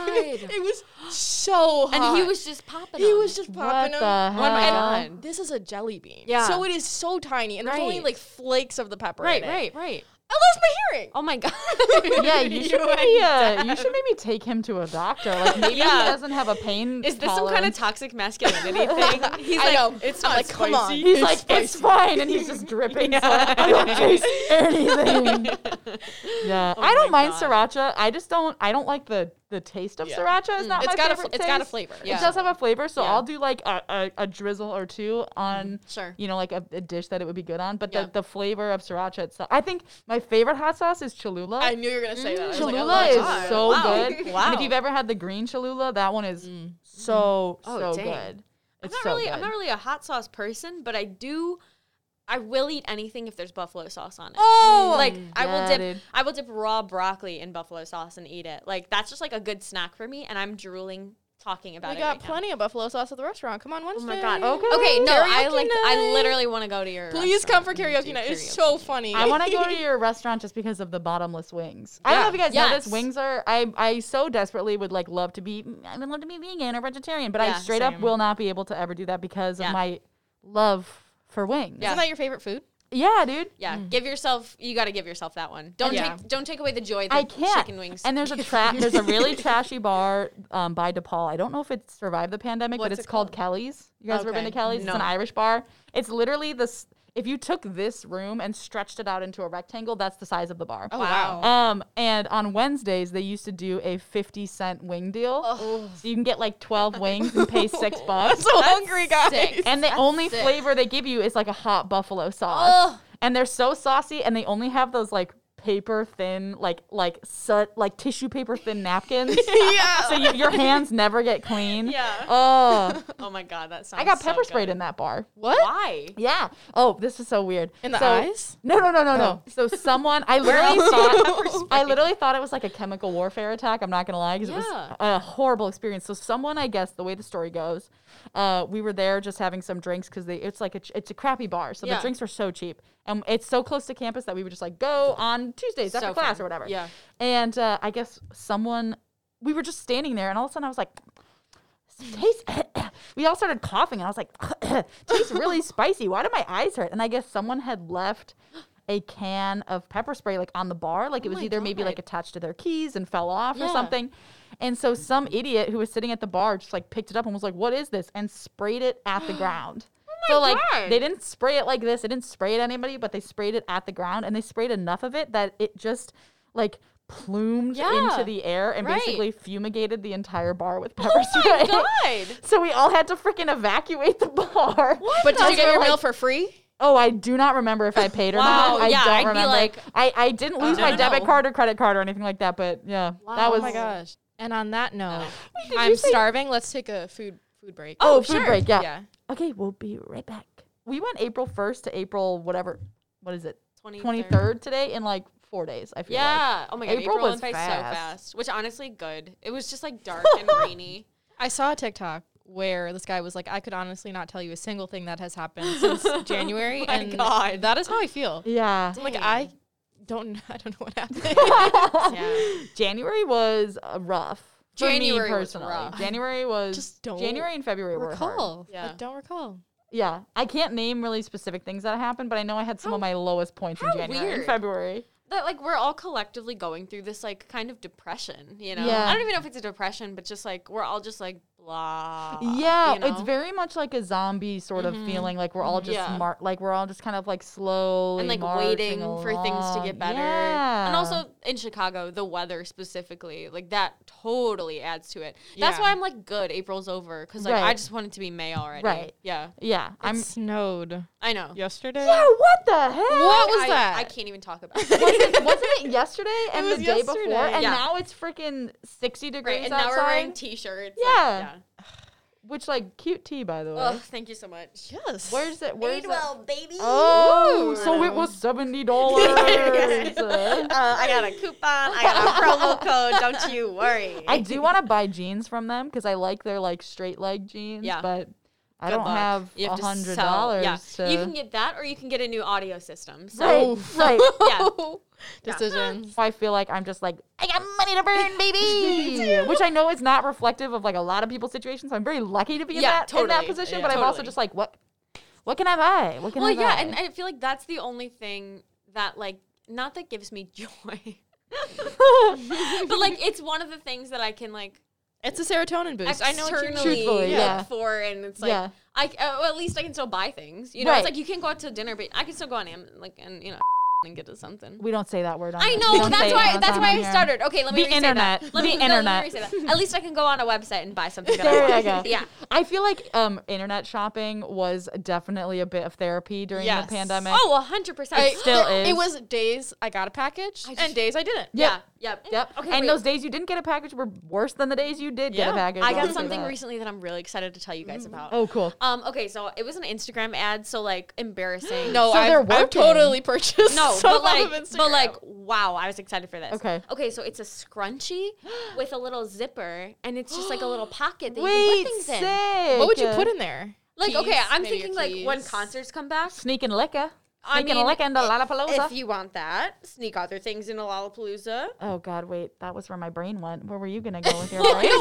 C: God.
E: it was so hot.
C: And he was just popping.
E: He
C: them.
E: was just
B: What
E: popping
B: the
E: them.
B: Oh my
E: And
C: God.
E: Um, This is a jelly bean.
C: Yeah.
E: So it is so tiny, and there's only
C: Right.
E: like flakes of the pepper.
C: right,
E: in it.
C: right, right.
E: I lost my hearing.
C: Oh my god.
B: Yeah, you should maybe uh, you should maybe take him to a doctor. Like maybe
C: Yeah.
B: he doesn't have a pain.
C: Is this some kind of
B: tolerance.
C: toxic masculinity thing? He's
E: I
C: like,
E: know.
C: it's
E: I'm
C: not
E: like, come on.
C: spicy.
B: He's like, it's fine, and he's just dripping. saliva. I don't taste anything. Yeah, I don't
C: Oh my
B: mind sriracha. I just don't. I don't like the the taste of
E: Yeah.
B: sriracha.
C: Mm.
B: It's not
E: It's
B: my
E: got a fl-
B: favorite.
E: it's got a
B: taste.
E: flavor.
C: Yeah.
B: It does have a flavor, so
C: Yeah. Mm-hmm.
B: I'll do like a, a, a drizzle or two on.
C: Sure.
B: You know, like a, a dish that it would be good on, but
C: Yeah.
B: the, the flavor of sriracha itself. I think my favorite hot sauce is Cholula.
E: I knew you were gonna say that. I was like, "Oh I
B: Cholula
E: love Cholula.
B: is so
C: oh Wow.
B: good.
C: Wow. Mm.
B: And if you've ever had the green Cholula, that one is so
C: Oh,
B: so
C: dang.
B: good.
C: I'm
B: It's
C: not
B: so
C: really
B: good.
C: I'm not really a hot sauce person, but I do I will eat anything if there's buffalo sauce on it. Mm.
B: Oh,
C: like I
B: yeah,
C: will dip
B: dude.
C: I will dip raw broccoli in buffalo sauce and eat it. Like that's just like a good snack for me and I'm drooling talking about
E: We
C: it.
E: got
C: right now.
E: plenty of buffalo sauce at the
C: Oh
E: Wednesday.
C: my god.
B: Okay.
C: Okay, no, I
E: Oh, Karaoke
C: like I
E: night.
C: literally want to go to your
D: Please come
C: restaurant
D: for
C: and do
D: karaoke night. It's
C: karaoke.
D: so funny.
B: I want to go to your restaurant just because of the bottomless wings. I don't know if you guys know this.
C: Yes.
B: Wings are I I so desperately would like love to be I would love to be vegan or vegetarian, but I
C: Yeah,
B: straight up
C: same.
B: will not be able to ever do that because
C: Yeah.
B: of my love for wings.
C: Yeah.
E: Isn't that your favorite food?
B: Yeah, dude.
C: Yeah, give yourself you got to give yourself that one. Don't
D: Yeah.
C: take don't take away the joy that
B: I can't.
C: chicken wings.
B: And there's a tra- there's a really trashy bar um, by DePaul. I don't know if it survived the pandemic, but
C: What's
B: it's
C: it
B: called
C: called?
B: Kelly's. You guys ever been to
C: Okay.
B: Kelly's? It's an
C: No.
B: Irish bar. It's literally this. If you took this room and stretched it out into a rectangle, that's the size of the
C: Oh,
B: bar.
E: Oh,
C: wow.
B: Um, and on Wednesdays they used to do a fifty cent wing deal, so you can get like twelve wings and pay six bucks.
C: so hungry, guys.
B: and the only
C: sick.
B: flavor they give you is like a hot buffalo sauce,
C: Ugh.
B: and they're so saucy, and they only have those like paper thin, like like su- like tissue paper thin napkins,
C: yeah.
B: so you, your hands never get clean.
C: Yeah.
B: Oh,
C: Oh my god, that sounds.
B: I got pepper sprayed in that bar.
C: What? Why?
B: Yeah. Oh, this is so weird.
E: In the
B: So-
E: eyes?
B: No, no, no, no, no. So someone, I literally thought, I
C: spray?
B: literally thought it was like a chemical warfare attack. I'm not gonna lie, because
C: Yeah.
B: it was a horrible experience. So someone, I guess, the way the story goes, uh, we were there just having some drinks because they, it's like a, ch- it's a crappy bar, so
C: Yeah.
B: the drinks were so cheap, and it's so close to campus that we would just like go on Tuesdays after
C: So
B: class
C: fun.
B: or whatever.
C: Yeah.
B: And uh, I guess someone, we were just standing there, and all of a sudden I was like, tastes. we all started coughing, and I was like, tastes really spicy. Why do my eyes hurt? And I guess someone had left a can of pepper spray like on the bar, like it was
C: Oh my
B: either maybe like
C: God.
B: attached to their keys and fell off or
C: Yeah.
B: something. And so some idiot who was sitting at the bar just like picked it up and was like, "What is this?" and sprayed it at the ground. so like
C: Oh God.
B: they didn't spray it like this. They didn't spray it at anybody, but they sprayed it at the ground and they sprayed enough of it that it just like plumed
C: Yeah.
B: into the air and
C: Right. Oh
B: basically fumigated the entire bar with pepper spray.
C: God.
B: So we all had to freaking evacuate the bar. What?
E: But did you get your meal for free?
B: Oh, I do not remember if I paid or
C: Wow,
B: not. I
C: yeah,
B: don't
C: I'd be
B: remember.
C: like,
B: I, I didn't lose
C: uh,
B: my
C: no, no,
B: debit
C: no.
B: card or credit card or anything like that, but yeah. That was
E: oh my gosh. And on that note,
B: did you
E: I'm
B: say-
E: starving. Let's take a food food break.
B: Oh, food break, yeah.
E: Yeah.
B: Okay, we'll be right back. We went April 1st to April whatever. What is it?
C: 23rd.
B: 23rd today in like 4 days, I feel like.
C: Yeah. Oh my god,
B: April
C: April,
B: was
C: went by so
B: fast.
C: fast. Which honestly, good. It was just like dark and rainy.
E: I saw a TikTok where this guy was like, I could honestly not tell you a single thing that has happened since January.
C: my
E: and
C: God.
E: that is how I feel.
B: Yeah.
E: I'm like
C: Dang.
E: I don't I don't know what happened.
C: Yeah.
B: January was uh, rough. For
C: January
B: me
C: was
B: personally.
C: rough.
B: January was
E: just don't
B: January and February were hard.
E: recall.
C: Yeah.
E: I don't recall.
B: Yeah, I can't name really specific things that happened, but I know I had some of my lowest points in
C: how
B: January and
C: weird.
B: February.
C: That like we're all collectively going through this like kind of depression, you know.
B: Yeah.
C: I don't even know if it's a depression, but just like we're all just like blah.
B: yeah,
C: Uh, you know? Mm-hmm.
B: it's very much like a zombie sort of feeling, like we're all just
C: Yeah.
B: mar- like we're all just kind of like slowly
C: and like
B: marching
C: waiting for things to
B: along.
C: get better.
B: Yeah.
C: And also in Chicago, the weather specifically, like that totally adds to it. That's
E: Yeah.
C: why I'm like, good, April's over because like I
B: Right.
C: just want it to be May already.
B: Right.
C: Yeah,
B: yeah,
E: i
B: I'm.
E: snowed
C: I know.
E: yesterday.
B: Yeah, what the heck?
E: What was
C: I,
E: that?
C: I can't even talk about.
B: was
C: it.
B: it, wasn't it yesterday and
E: was
B: the day
E: yesterday.
B: before? And
C: Yeah.
B: now it's freaking sixty degrees
C: Right, and now
B: outside.
C: we're wearing t-shirts. like,
B: Yeah. which like cute tea, by the way.
C: Ugh, thank you so much.
E: Yes.
B: Where's it? Where's it?
A: baby.
B: Oh,
E: Ooh.
B: so it was seventy dollars.
C: Uh, I got a coupon. I got a promo code. Don't you worry.
B: I do want to buy jeans from them because I like their like straight leg jeans.
C: Yeah.
B: but I
C: Good
B: don't
C: luck.
B: have
C: You
B: a
C: have to
B: hundred
C: sell-
B: dollars.
C: Yeah.
B: to-
C: You can get that, or you can get a new audio system. So
B: right, right.
C: yeah,
E: decisions?
B: So I feel like I'm just like I got money to burn, baby. Which I know is not reflective of like a lot of people's situations. So I'm very lucky to be in
C: Yeah,
B: that in that
C: totally.
B: position.
C: Yeah.
B: but I'm also
C: Totally.
B: just like, what? What can I buy? What can
C: well,
B: I buy?
C: yeah, and I feel like that's the only thing that like not that gives me joy, but like it's one of the things that I can like
E: It's a serotonin boost. I know what you mean.
C: externally
B: Truthfully,
C: look
B: yeah.
C: for, and it's like
B: Yeah.
C: I uh, well, at least I can still buy things. You know,
B: Right.
C: it's like you can't go out to dinner, but I can still go on Am like and you know and get to something.
B: we don't say that word. On
C: I
B: here. We
C: know
B: don't say
C: that's why.
B: Amazon
C: That's why
B: on
C: I
B: here.
C: started. Okay, let me
B: The
C: re-say
B: internet.
C: That. Let me
B: The
C: no, let me
B: internet.
C: re-say that. At least I can go on a website and buy something. That
B: There
C: I
B: you
C: want.
B: go.
C: Yeah.
B: I feel like um, internet shopping was definitely a bit of therapy during
E: Yes.
B: the pandemic.
C: Oh, hundred percent.
E: I-
B: still
E: there-
B: is.
E: It was days I got a package
C: I
E: and
C: just-
E: days I didn't.
C: Yeah. Yep.
B: Yep.
C: Okay.
B: and
C: wait.
B: those days you didn't get a package were worse than the days you did get
E: Yeah.
B: a package.
C: I
B: I'll
C: got
B: say
C: something
B: that.
C: recently that I'm really excited to tell you guys about.
B: Oh, cool.
C: Um. Okay. So it was an Instagram ad. So like embarrassing.
E: No,
B: So
E: I've,
B: they're
E: I've
B: working.
E: totally purchased.
C: No. No,
D: So
C: but
D: off of
C: like, but
D: Instagram.
C: like, wow, I was excited for this.
B: Okay.
C: Okay, so it's a scrunchie with a little zipper, and it's just like a little pocket that you can put things in.
B: sick.
E: What would you put in there?
C: Like, okay,
D: Keys,
C: I'm
D: maybe your
C: thinking like when
D: keys.
C: concerts come back.
B: Sneaking liquor.
C: I
B: Sneaking
C: mean,
B: liquor into Lollapalooza.
C: If you want that, sneak other things into Lollapalooza.
B: oh God, wait, that was where my brain went. Where were you gonna go with your brain?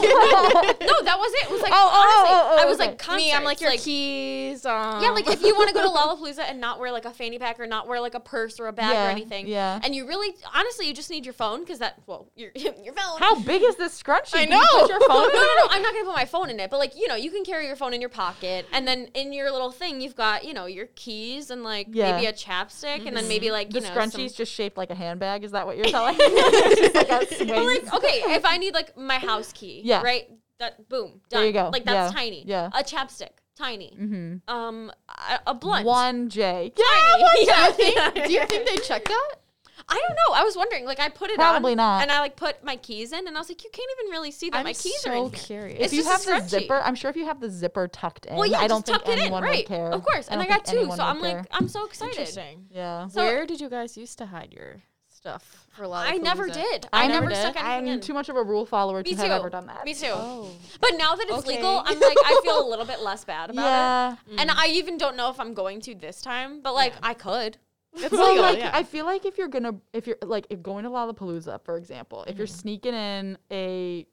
C: No, that was it. It was like,
B: Oh, oh,
C: honestly,
B: oh, oh,
C: I was
B: okay.
C: like, concerts.
E: Me, I'm like your keys. Um,
C: Yeah, like if you want to go to Lollapalooza and not wear like a fanny pack or not wear like a purse or a bag
B: Yeah,
C: or anything,
B: yeah.
C: and you really, honestly, you just need your phone because that, well, your your phone.
B: How big is this scrunchie?
D: I
B: Do you put
D: know.
B: your phone
C: no,
B: in
C: no,
B: it?
C: no. I'm not gonna put my phone in it, but like you know, you can carry your phone in your pocket, and then in your little thing, you've got you know your keys and like
B: Yeah. Mm-hmm.
C: maybe a chapstick, and then maybe like
B: The
C: you know some-
B: scrunchie's just shaped like a handbag. Is that what you're telling me? It's just like a
C: But,
B: swing.
C: like okay, if I need like my house key,
B: Yeah.
C: right. That boom, done.
B: There you go.
C: Like that's
B: Yeah.
C: tiny.
B: Yeah.
C: a chapstick, tiny.
B: Mhm.
C: Um, a, a blunt.
B: One J.
C: Tiny. Yeah,
E: do you think they check that?
C: I don't know. I was wondering. Like, I put it
B: Probably
C: on,
B: not.
C: And I like put my keys in, and I was like, you can't even really see that my keys are in. here.
E: curious.
B: If
C: It's
B: you have
C: just a
B: the
C: scrunchie.
B: zipper, I'm sure if you have the zipper tucked in,
C: Well, yeah,
B: I don't
C: just
B: think
C: tuck it in,
B: anyone
C: right?
B: would care.
C: Of course, and I
B: don't
C: got
B: think
C: two,
B: anyone
C: so
B: would
C: I'm
B: care.
C: like, I'm so excited.
E: Interesting.
B: yeah.
C: So-
E: Where did you guys used to hide your stuff for Lollapalooza?
C: I never did.
B: I,
C: I,
B: never,
C: never stuck
B: did.
C: anything
B: I'm
C: in.
B: too much of a rule follower
C: Me
B: to have
C: too.
B: ever done that.
C: Me too.
E: Oh.
C: But now that it's
E: Okay.
C: legal, I'm like, I feel a little bit less bad about
B: Yeah. Mm.
C: it. And I even don't know if I'm going to this time, but like, I could.
E: It's
B: Well,
E: legal,
B: like
E: yeah.
B: I feel like if you're gonna, if you're like if going to Lollapalooza, for example, if you're sneaking in a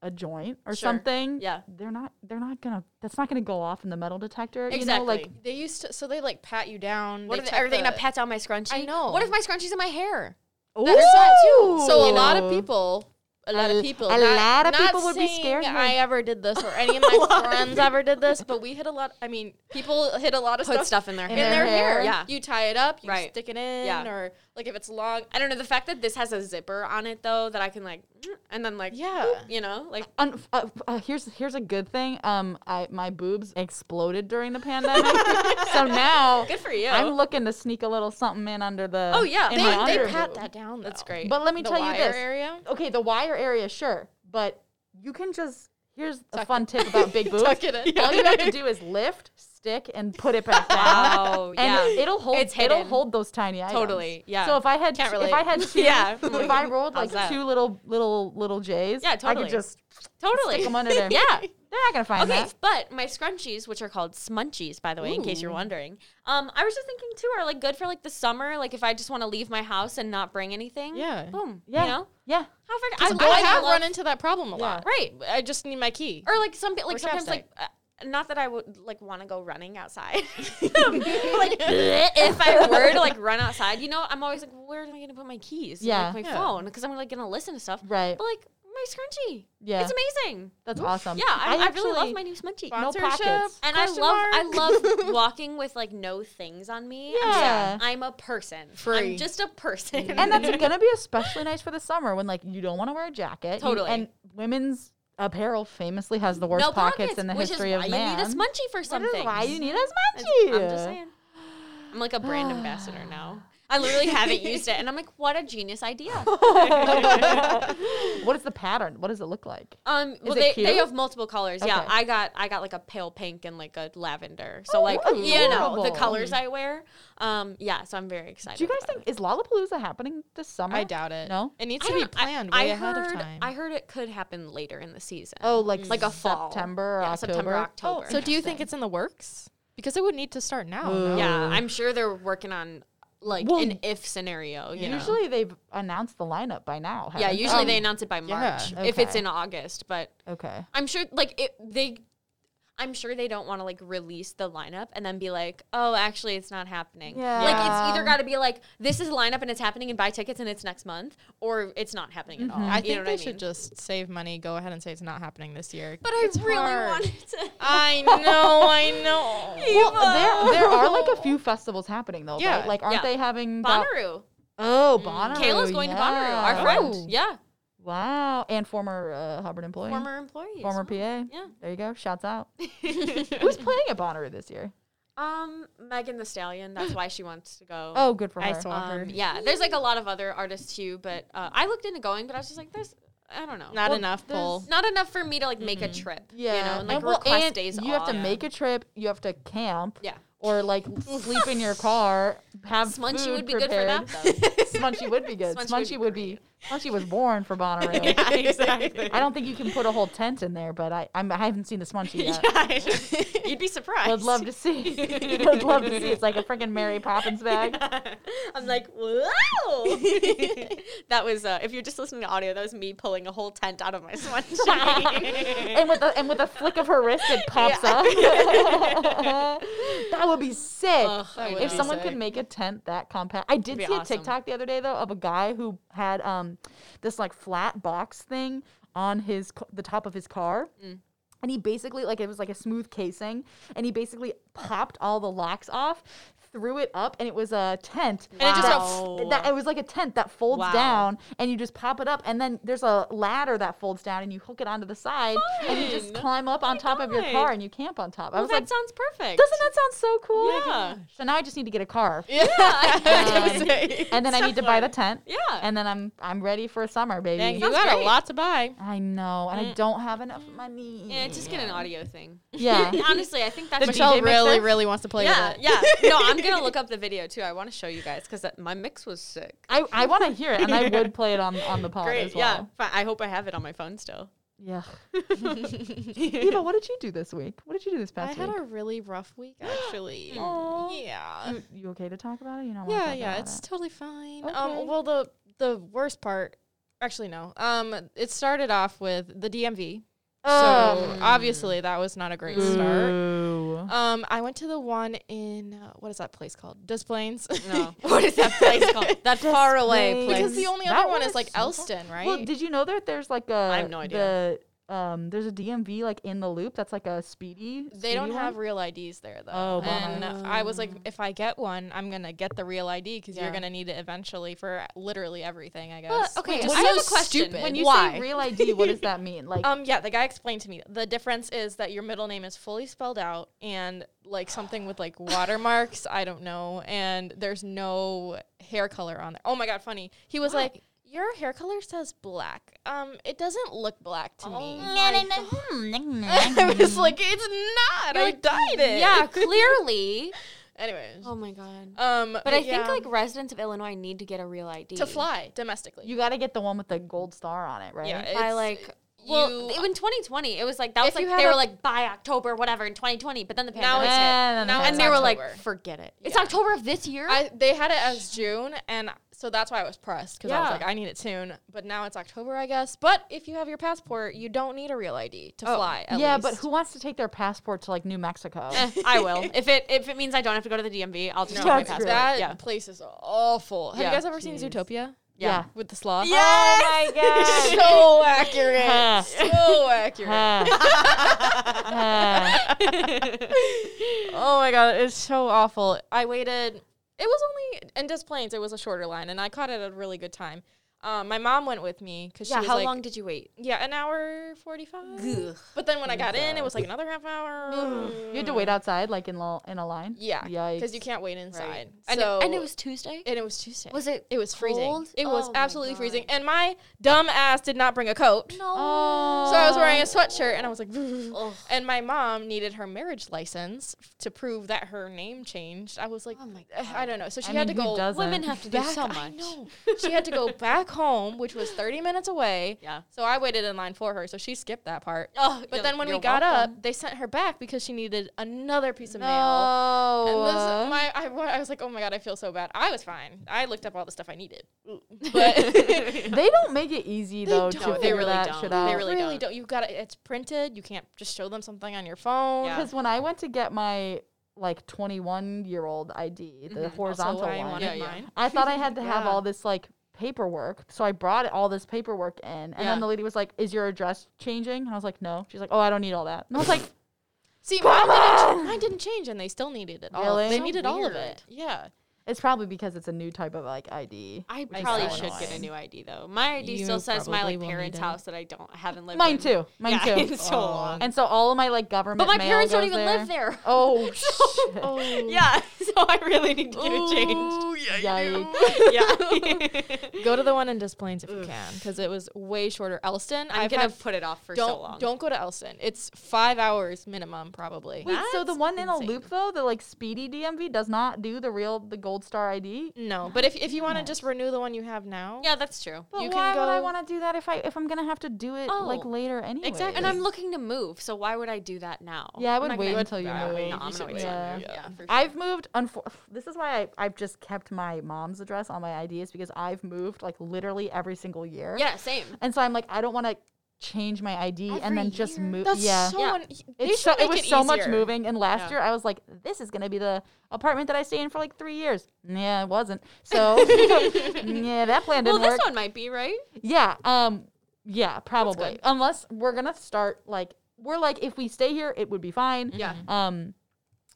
B: a joint or
C: Mm-hmm. Sure.
B: something,
C: Yeah.
B: they're not, they're not gonna, that's not gonna go off in the metal detector. You know, like
C: Exactly.
E: they used to, so they like pat you down.
C: What
E: they
C: if
E: check
C: everything
E: the-
C: to pat down my scrunchie?
E: I know.
C: What if my scrunchie's in my hair?
E: There's that too.
B: Ooh.
E: So a
B: You
E: lot of
B: know.
E: people, a lot
B: l-
E: of people,
B: a
E: not-
B: lot of
E: not
B: people would be
E: saying
B: scared of
E: I
B: it.
E: ever did this or any of my friends ever did this, but we hit a lot. I mean, people hit a lot of
C: Put
E: stuff,
C: stuff in their
B: In
E: in
C: hair.
E: their hair.
B: hair.
C: Yeah.
E: you tie it up, you
C: Right.
E: stick it in,
C: Yeah.
E: or like if it's long.
C: I don't know. The fact that this has a zipper on it, though, that I can like, and then like,
E: Yeah.
C: you know, like,
B: Un- uh, uh, here's here's a good thing. Um, I my boobs exploded during the pandemic, so now
C: good for you.
B: I'm looking to sneak a little something in under the.
C: Oh, yeah.
B: in
E: They,
B: my
E: they
B: under
E: pat
B: boob.
E: that down. Though.
C: That's great.
B: But let me
E: The
B: tell you
E: wire
B: this.
E: area.
B: Okay, the wire area, sure, but you can just. Here's a fun tip about big boobs.
E: Tuck it in.
B: All you have to do is lift, stick, and put it back down.
C: Wow.
B: And
C: Oh, yeah.
B: it'll hold.
C: It's
B: it'll
C: hidden.
B: hold those tiny items.
C: Totally, yeah.
B: So if I had,
E: Can't
B: two- if
E: relate.
B: I had two,
C: Yeah.
B: if I rolled
C: How's
B: like
C: that?
B: two little little little J's,
C: Yeah,
B: I
C: totally.
B: could just
C: totally.
B: stick them under there.
C: Yeah.
B: They're not gonna find
C: Okay,
B: that.
C: but my scrunchies, which are called smunchies, by the way, in case you're wondering, um, I was just thinking too, are like good for like the summer, like if I just want to leave my house and not bring anything.
E: Yeah.
C: Boom.
B: Yeah.
C: You know,
B: Yeah.
C: how freaking
E: I,
C: I,
E: I
C: I
E: have
C: love-
E: run into that problem a lot.
C: right,
E: I just need my key.
C: or like some like
E: Or
C: sometimes
E: chapstick.
C: like. Uh, not that I would like want to go running outside. like if I were to like run outside, you know, I'm always like, where am I going to put my keys? and,
B: Yeah.
C: like, my
E: Yeah.
C: phone because I'm like going to listen to stuff.
B: Right.
C: But like my scrunchie,
B: Yeah. Um,
C: it's amazing.
B: That's awesome.
C: Yeah, I, I, really love
B: actually-
C: my new smudgy.
B: No
E: Sponsorship?
B: pockets.
C: And I love
E: Question
C: I love walking with like no things on me. I'm just-
B: Yeah.
C: I'm, a person.
E: Free.
C: I'm just a person.
B: and that's gonna be especially nice for the summer when like you don't want to wear a jacket. You-
C: Totally.
B: and women's appeal famously has the worst
C: no
B: pockets,
C: pockets,
B: in the
C: which
B: history
C: is
B: of
C: why
B: man.
C: You need a smudgy for
B: That is
C: something.
B: why you need a smudgy.
C: I'm just saying. I'm like a brand ambassador now. I literally haven't used it, and I'm like, what a genius idea.
B: what is the pattern? What does it look like?
C: Um, well,
B: it
C: they,
B: cute?
C: they have multiple colors. Yeah,
B: Okay.
C: I got I got like a pale pink and like a lavender. So
B: Oh,
C: like you know the
B: adorable.
C: colors I wear. Um, yeah, so I'm very excited.
B: Do you guys
C: about it.
B: think is Lollapalooza happening this summer?
E: I doubt it.
B: No?
E: It needs
C: I
E: to be
C: don't- I-
E: planned
C: I
E: way ahead
C: heard,
E: of time.
C: I heard it could happen later in the season.
B: Oh, like
C: like a Mm. fall.
B: September or
C: Yeah,
B: October.
C: September,
B: Oh,
C: October.
E: so do you think it's in the works? Because it would need to start now.
B: Ooh.
E: no?
C: yeah, I'm sure they're working on like
B: Well,
C: an if scenario. You know?
B: usually they've announced the lineup by now.
C: yeah.
B: haven't they? Oh,
C: Usually they announce it by March if it's
B: um, okay.
C: in August, but
B: Okay.
C: I'm sure like it they. I'm sure they don't want to like release the lineup and then be like, oh, actually, it's not happening.
B: Yeah.
C: Like it's either
B: Yeah.
C: got to be like, this is a lineup and it's happening and buy tickets and it's next month, or it's not happening at all.
E: Mm-hmm. I
C: You
E: think
C: know what
E: they
C: I mean?
E: should just save money, go ahead and say it's not happening this year.
C: But I
E: It's
C: really
E: hard.
C: wanted to.
E: I know, I know.
B: Well, there there are like a few festivals happening though.
E: Yeah.
B: right? Like aren't
C: Yeah.
B: they having that-
C: Bonnaroo.
B: Oh, Bonnaroo.
C: Kayla's going to Bonnaroo. Our
B: yeah.
C: friend.
E: Oh.
C: Yeah.
B: Wow. And former uh, Hubbard employee.
C: Former employees.
B: Former PA.
C: Wow.
B: Yeah.
C: Yeah.
B: There you go. Shouts out. Who's playing at Bonnaroo this year?
C: Um, Megan the Stallion. That's why she wants to go.
B: Oh, good for
E: I
B: her.
E: saw her.
C: Um, yeah. There's like a lot of other artists too, but uh, I looked into going, but I was just like, there's, I don't know,
E: Not
B: Well,
E: enough
B: there's-
E: pull.
C: not enough for me to like make a trip.
B: Yeah.
C: You know, and like
B: well,
C: request
B: and
C: days
B: You
C: off.
B: have to make a trip. You have to camp.
C: Yeah.
B: or like sleep in your car. Have
C: Smunchy
B: food
C: would be good for
B: prepared.
C: that, though.
B: Smunchy would be good.
C: Smunchy would
B: Smunchy,
C: be
B: would be. Smunchy was born for Bonnaroo.
C: yeah, exactly.
B: I don't think you can put a whole tent in there, but I I'm, I haven't seen the Smunchy yet.
C: You'd be surprised.
B: Would love to see. Would love to see. It's like a freaking Mary Poppins bag.
C: I'm like, whoa! that was uh, if you're just listening to audio, that was me pulling a whole tent out of my sunshine.
B: and with a, and with a flick of her wrist, it pops
C: Yeah.
B: up. that would be sick.
D: That would
B: if
D: be
B: someone
D: sick.
B: could make a tent that compact, I did see
C: be
B: a
C: awesome.
B: TikTok the other day though of a guy who had um this like flat box thing on his c- the top of his car.
D: Mm.
B: And he basically like it was like a smooth casing, and he basically popped all the locks off, threw it up, and it was a tent.
D: And it just
B: that-
C: Wow.
B: that it was like a tent that folds
C: Wow.
B: down, and you just pop it up, and then there's a ladder that folds down, and you hook it onto the side, and you just
D: Fun.
B: climb up on top of your
C: God.
B: car, and you camp on top. I
C: Well,
B: was
C: that
B: like,
C: sounds perfect.
B: doesn't that sound so cool?
C: Yeah.
B: So now I just need to get a car,
D: Yeah.
B: Um, and then I need to buy the tent,
C: Yeah.
B: and then I'm I'm ready for summer, baby.
D: Dang, you
C: Sounds
D: got a
C: great.
D: lot to buy.
B: I know, and I don't have enough money.
C: yeah, just get an audio thing.
B: yeah.
C: Honestly, I think that's
D: Michelle really,
B: sense?
D: really wants to play
C: Yeah,
D: with it.
C: yeah. No, I'm gonna look up the video too. I want to show you guys because my mix was sick.
B: I, I want to hear it, and I would play it on on the pod as
C: Yeah.
B: well.
C: Fi- I hope I have it on my phone still.
B: Yeah. Eva, what did you do this week? What did you do this
E: I
B: past
E: had
B: week?
E: a really rough week
C: Mm.
E: Mm, actually.
B: Aw.
E: yeah.
B: You, you okay to talk about it? You not wanna
E: Yeah,
B: talk
E: yeah,
B: about
E: it's
B: it?
E: totally fine.
B: Okay.
E: Um well the the worst part actually no. Um it started off with the DMV.
C: Oh.
E: So
B: Ugh.
E: obviously that was not a great start.
B: Ooh.
E: Um, I went to the one in uh, what is that place called? Des Plaines.
C: No. what is that place called? That far away place.
E: because the only
B: That
E: other
B: one
E: one is
B: is
E: like
B: so far.
E: Elston, right?
B: Well, did you know that there's like a I
C: have no idea.
B: The, um, there's a DMV like in the loop that's like a speedy.
E: they don't
B: speedy
E: have
B: one?
E: real IDs there though.
B: Oh,
E: and
B: bummer.
E: I was like, if I get one, I'm gonna get the real ID because
C: Yeah.
E: you're gonna need it eventually for literally everything, I guess.
C: Well, okay,
E: Which
C: I
E: is so
C: have a question.
E: stupid.
B: When you say
C: Why?
B: real ID, what does that mean? Like,
E: Um, yeah, the guy explained to me the difference is that your middle name is fully spelled out and like something with like watermarks, I don't know, and there's no hair color on there. Oh my god, funny. He was like, Your hair color says black. Um, it doesn't look black to me.
A: Oh.
E: I was like, It's not. I dyed it.
C: Yeah, clearly. Uh,
E: Anyways.
A: Oh my god.
E: Um
A: But I
E: yeah.
A: think like residents of Illinois need to get a real ID
E: to fly domestically.
B: you got to get the one with the gold star on it, right?
E: yeah,
A: by
E: it's-
A: like.
E: you-
A: Well, it- in 2020, it was like that was
E: If you
A: like
E: had
A: they
E: a-
A: were like by October, whatever, in 2020. But then the
E: Now
A: pandemic
E: it's-
A: hit.
B: And,
E: now
A: and
E: it's
A: they were like,
E: October.
A: forget it. It's
E: Yeah.
A: October of this year.
E: I they had it as June, and so that's why I was pressed because I was
A: Yeah.
E: like, I need it soon. But now it's October, I guess. But if you have your passport, you don't need a real ID to fly. At
B: Oh, yeah,
E: least.
B: but who wants to take their passport to like New Mexico?
C: eh, I will. If it if it means I don't have to go to the DMV, I'll just
E: No,
C: no, my
B: That's
C: passport.
B: great.
E: that
C: Yeah.
E: place is awful. Have
C: Yeah.
E: you guys ever seen
B: Jeez.
E: Zootopia
B: yeah.
E: with the sloth?
A: Oh
C: Yes!
E: so accurate.
B: Huh.
E: so accurate.
B: Huh. Huh.
E: Oh my god, it's so awful. I waited. It was only in Des Plaines. It was a shorter line, and I caught it at a really good time. Um, my mom went with me because she
A: yeah.
E: was
A: How
E: like,
A: long did you wait?
E: Yeah, an hour forty-five. But then when I got in, it was like another half hour.
B: you had to wait outside, like in lo- in a line.
E: Yeah, because you
B: Yikes.
E: can't wait inside.
A: And,
E: So
A: it, and it was Tuesday.
E: and it was Tuesday.
A: was it?
E: It was freezing.
A: cold?
E: It was
A: Oh my
E: absolutely
A: God.
E: freezing. And my dumb ass did not bring a coat,
A: No.
B: Oh.
E: so I was wearing a sweatshirt, and I was like. "Vroom."
A: Ugh.
E: And my mom needed her marriage license f- to prove that her name changed. I was like,
A: Oh my
E: "Ugh, I don't know. So she
B: I
E: had
B: mean,
E: to
B: who
E: go
B: doesn't?
A: Women have to do
E: back-
A: so much.
E: I know. she had to go back home, which was 30 minutes away.
C: Yeah.
E: So I waited in line for her. So she skipped that part.
C: Oh,
E: But then when we got up, they sent her back because she needed another piece of mail. And
B: No.
E: this, my, I, wa- I was like, oh my god, I feel so bad. I was fine. I looked up all the stuff I needed, but
B: they don't make it easy though to
C: don't. They
B: figure
C: really
B: that
C: don't.
B: shit
C: They
B: out.
E: I
C: really
E: really,
C: don't.
E: don't. You got to It's printed. You can't just show them something on your phone.
C: Yeah.
B: Because when I went to get my like 21 year old ID, the horizontal
E: also why I
B: one,
E: wanted
C: Yeah, yeah.
E: mine.
B: Mm-hmm. I thought I had to have
C: Yeah.
B: all this like paperwork. So I brought it- all this paperwork in. And
C: Yeah.
B: then the lady was like, Is your address changing? And I was like, No. She's like, Oh, I don't need all that. And I was like,
E: See, mine didn't, mine didn't change, and they still needed it all.
B: Really?
E: They
B: So
E: needed all of
C: weird.
E: it. Yeah.
B: It's probably because it's a new type of like ID.
A: I
B: which is
A: probably
B: so
A: should get a
B: annoying.
A: new ID though. My ID
E: You
A: still says my
E: probably
A: like
E: will need
A: parents'
E: it.
A: house that I don't I haven't lived.
B: Mine
A: in.
B: too. Mine
A: yeah,
B: too.
A: It's so
E: Oh.
A: long.
B: And so all of my like government.
A: But my
B: mail
A: parents don't
B: goes
A: even
B: there.
A: live there.
B: Oh, shit.
A: Yeah, so I really need to get it changed.
B: Yikes.
A: Yeah,
E: Go to the one in Des Plaines if you can, because it was way shorter. Elston,
A: I'm
E: I've
A: gonna
E: had-
A: put it off for
E: don't
A: so long.
E: don't go to Elston. It's five hours minimum probably.
B: Wait, so the
A: That's
B: one in a
E: insane.
B: loop though, the like speedy DMV does not do the real the gold star ID.
E: No, but if if you want to
B: Nice.
E: just renew the one you have now,
A: Yeah, that's true.
B: But
E: You can
B: why would I
E: go-
B: want to do that if I if I'm gonna have to do it like
A: Oh,
B: later anyway?
E: exactly.
A: And I'm looking to move, so why would I do that now?
B: Yeah, I would
A: I'm not
B: wait
A: gonna-
B: until you
A: Yeah,
B: move.
A: No,
B: You
A: I'm
B: should
A: gonna wait.
B: wait.
A: till you
B: Yeah.
A: move. Yeah. for sure.
B: I've moved. Unfor- this is why I, I've just kept my mom's address on my ID is because I've moved like literally every single year.
A: Yeah, same.
B: And so I'm like, I don't want to change my ID and then
A: Every
B: just
A: year?
B: move.
E: that's
B: yeah.
E: so
A: Yeah.
E: un- they
B: it's
E: should
B: so,
E: make
B: it was so much
E: easier.
B: moving. And last
A: Yeah.
B: year I was like, this is going to be the apartment that I stay in for like three years. Yeah, it wasn't. So yeah, that plan
A: Well,
B: didn't
A: this
B: work.
A: one might be right.
B: Yeah. Um. Yeah. Probably. Unless we're gonna start like we're like if we stay here, it would be fine.
A: Yeah.
B: Um.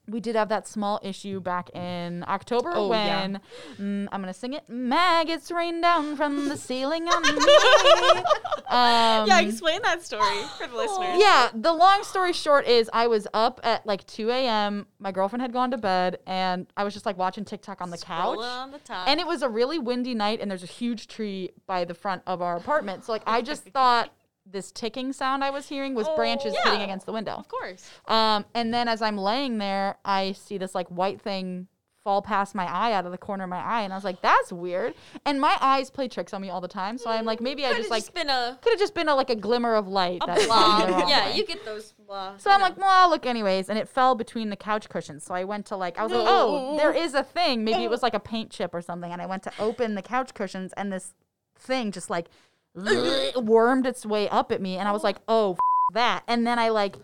B: We did have that small issue back in October
E: Oh, yeah.
B: when mm, I'm gonna sing it. Maggots rain down from the ceiling on me. Um,
C: yeah, explain that story for the listeners.
B: yeah, the long story short is I was up at like 2 a.m. My girlfriend had gone to bed, and I was just like watching TikTok on the couch.
A: Roll on the top.
B: And it was a really windy night, and there's a huge tree by the front of our apartment. So, like, I just thought this ticking sound I was hearing was branches
A: Oh, yeah.
B: hitting against the window.
A: of course.
B: Um, and then as I'm laying there, I see this like white thing fall past my eye out of the corner of my eye, and I was like, "That's weird." And my eyes play tricks on me all the time, so I'm like, maybe I
A: Could
B: just
A: have
B: like
A: just been a
B: could have just been a, like a glimmer of light.
A: a
B: that hit me the
A: blob.
B: wrong
A: Yeah,
B: way.
A: you get those blah.
B: So I'm like, well, I'll look anyways, and it fell between the couch cushions. So I went to like, I was like, oh, there is a thing. Maybe it was like a paint chip or something. And I went to open the couch cushions, and this thing just like wormed its way up at me, and I was like, oh, f- that. And then I like.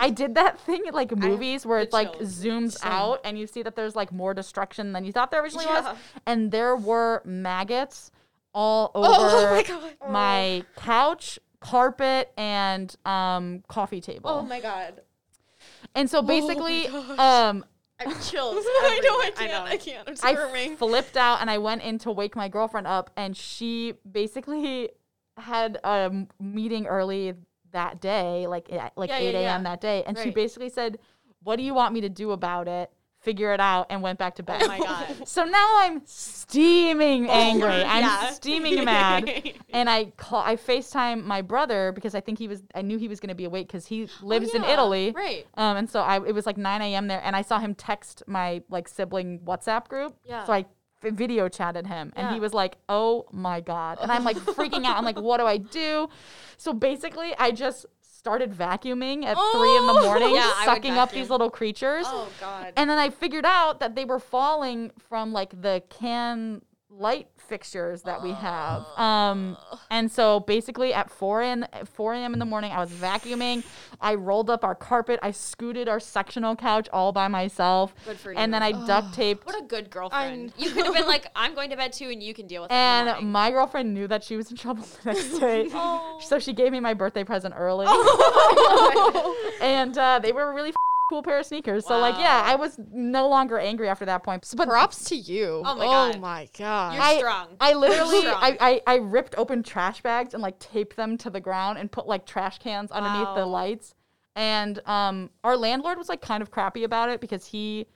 B: I did that thing in like movies where it's like zooms out and you see that there's like more destruction than you thought there originally was. And there were maggots all over my, couch, carpet, and um, coffee table.
C: Oh my god.
B: And
A: Oh
B: so basically, um,
C: I'm chills.
D: I know I
C: everywhere.
D: can't. I,
C: know.
D: can't. I'm
B: I
D: squirming.
B: flipped out and I went in to wake my girlfriend up, and she basically had a m- meeting early that day, like at like
A: Yeah, yeah,
B: eight a.m.
A: yeah.
B: that day, and she
A: Right.
B: basically said, "What do you want me to do about it?" Figure it out and went back to bed.
C: Oh my god.
B: So now I'm steaming angry. I'm
C: yeah.
B: steaming mad. And I call I FaceTime my brother because I think he was I knew he was gonna be awake because he lives in
A: Oh, yeah,
B: Italy.
A: right.
B: Um and so I it was like nine AM there and I saw him text my like sibling WhatsApp group.
A: Yeah.
B: So I f- video chatted him and he
A: Yeah.
B: was like, Oh my god. And I'm like freaking out. I'm like, what do I do? So basically I just started vacuuming at three in the morning,
A: Oh. Yeah, I would
B: sucking up
A: vacuum.
B: these little creatures.
C: Oh god.
B: And then I figured out that they were falling from like the can light fixtures that we have.
A: Oh.
B: Um, and so basically at 4 in, at 4 a.m. in the morning, I was vacuuming. I rolled up our carpet. I scooted our sectional couch all by myself.
A: Good for
B: And then I duct taped.
A: What a good girlfriend. You could have been like, I'm going to bed too, and you can deal with it. in the
B: and
A: morning. Oh.
B: my girlfriend knew that she was in trouble the next day. So she gave me my birthday present early.
A: Oh.
B: and uh, they were a really f- cool pair of sneakers. So, like, yeah, I was no longer angry after that point. So, but
E: Props to you.
A: Oh my
E: Oh
A: God.
E: my god.
A: You're
B: I-
A: strong.
B: I literally,
A: Strong.
B: I, I, I ripped open trash bags and like taped them to the ground and put like trash cans underneath the
A: Wow.
B: lights. And um, our landlord was like kind of crappy about it because he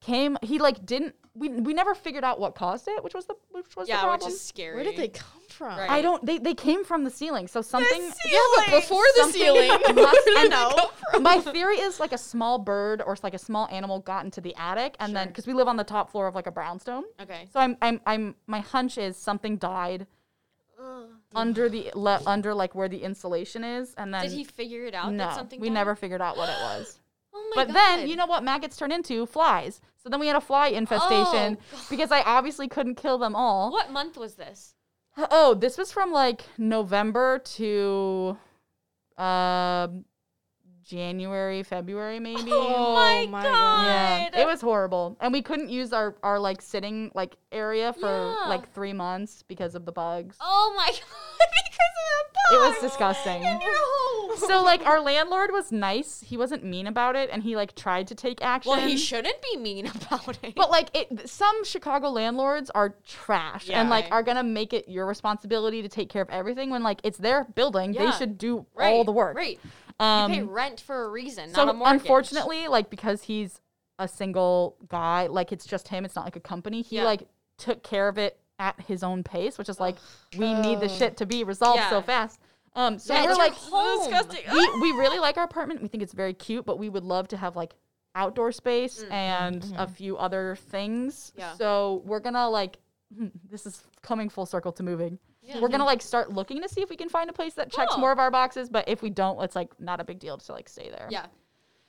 B: came, he like didn't, we, we never figured out what caused it, which was the which was the
A: yeah,
B: problem.
A: which is scary.
E: Where did they come from?
A: Right.
B: I don't. They, they came from the ceiling, so something.
E: Yeah, but before the
B: something
E: ceiling,
B: must- and
E: no.
B: My theory is like a small bird or like a small animal got into the attic, and then because we live on the top floor of like a brownstone,
A: Okay.
B: so I'm, I'm, I'm, my hunch is something died under the le, under like where the insulation is, and then
A: Did he figure it out?
B: no,
A: that something
B: we
A: died?
B: never figured out what it was.
A: Oh my
B: but
A: God.
B: then you know what maggots turn into flies. So then we had a fly infestation because I obviously couldn't kill them all.
A: Oh, What month was this?
B: Oh, this was from like November to um January, February, maybe.
A: Oh my
E: my
A: God.
B: Oh Yeah, it was horrible, and we couldn't use our our like sitting like area for
A: Yeah.
B: like three months because of the bugs.
A: Oh my God. because of the
B: It
A: bug.
B: was disgusting.
A: In your home.
B: so like our landlord was nice. He wasn't mean about it, and he like tried to take action.
C: Well, he shouldn't be mean about it.
B: But like it, some Chicago landlords are trash
D: Yeah.
B: and like are gonna make it your responsibility to take care of everything when like it's their building. They
A: Yeah.
B: should do
A: Right,
B: all the work.
A: Right.
B: Um,
A: you pay rent for a reason,
B: so
A: not a mortgage.
B: unfortunately, like because he's a single guy, like it's just him. It's not like a company. He
A: Yeah.
B: like took care of it at his own pace, which is like we need the shit to be resolved so
A: Oh. Yeah.
B: fast. Um, so
A: Yeah,
B: we're
A: it's your
B: like
A: home.
C: Disgusting.
B: we, we really like our apartment. We think it's very cute, but we would love to have like outdoor space and a few other things.
A: Mm-hmm, Yeah.
B: So we're gonna like hmm, this is coming full circle to moving. We're gonna like start looking to see if we can find a place that checks
A: Cool.
B: more of our boxes, but if we don't, it's like not a big deal to like stay there.
A: Yeah.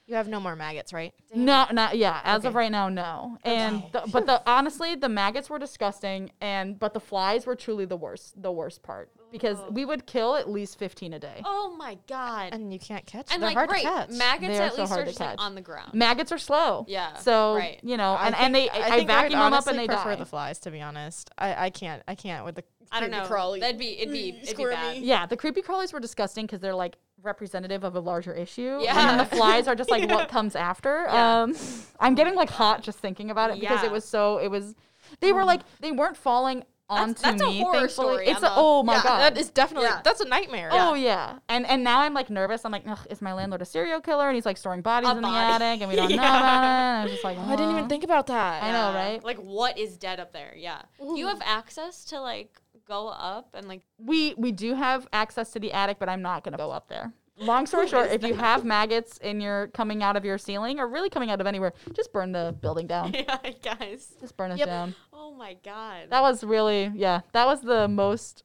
E: You have no more maggots, right?
B: No, not yeah. As of
E: Okay.
B: right now, no. And the, but the honestly, the maggots were disgusting, and but the flies were truly the worst, the worst part because we would kill at least fifteen a day.
A: Oh my god. And,
E: And you can't catch. They're
A: like,
E: hard
A: right,
E: to catch.
A: maggots
B: They are
A: at
B: so
A: least
B: hard
A: are
B: to
A: just like
B: catch.
A: on the ground.
B: Maggots are slow.
A: Yeah,
B: So
A: right.
B: you know,
E: I
B: and, and they
E: think-
B: I, I,
E: think I would
B: vacuum them up
E: honestly
B: and they
E: prefer
B: die.
E: the flies. To be honest, I, I can't. I can't with the.
A: I don't
D: creepy
A: know.
D: crawly.
A: That'd be it'd be
D: Mm,
A: it'd be
D: squirmy.
A: bad.
B: yeah, the creepy crawlies were disgusting because they're like representative of a larger issue. And then
A: Yeah.
B: the flies are just like what comes after.
A: Yeah.
B: Um, I'm getting like hot just thinking about it because
A: Yeah.
B: it was so it was. They were like they weren't falling onto
A: That's- that's a
B: me.
A: horror
B: thankfully.
A: story,
B: It's a,
A: Emma.
B: oh my
E: yeah,
B: god.
E: that is definitely
A: Yeah.
E: that's a nightmare.
B: Oh yeah, and and now I'm like nervous. I'm like, Ugh, is my landlord a serial killer? And he's like storing bodies
A: A
B: in
A: body.
B: the attic, and we don't know about it. And I was just like,
E: I didn't even
B: "Uh."
E: think about that.
B: I know, right?
A: Like what is dead up there? Yeah. Do you have access to like go up and like
B: we we do have access to the attic, but I'm not gonna go up there. Long story short, if you have maggots in your coming out of your ceiling or really coming out of anywhere, just burn the building down.
A: Yeah, guys.
B: just burn it
E: Yep.
B: down.
A: Oh my god.
B: That was really yeah. That was the most.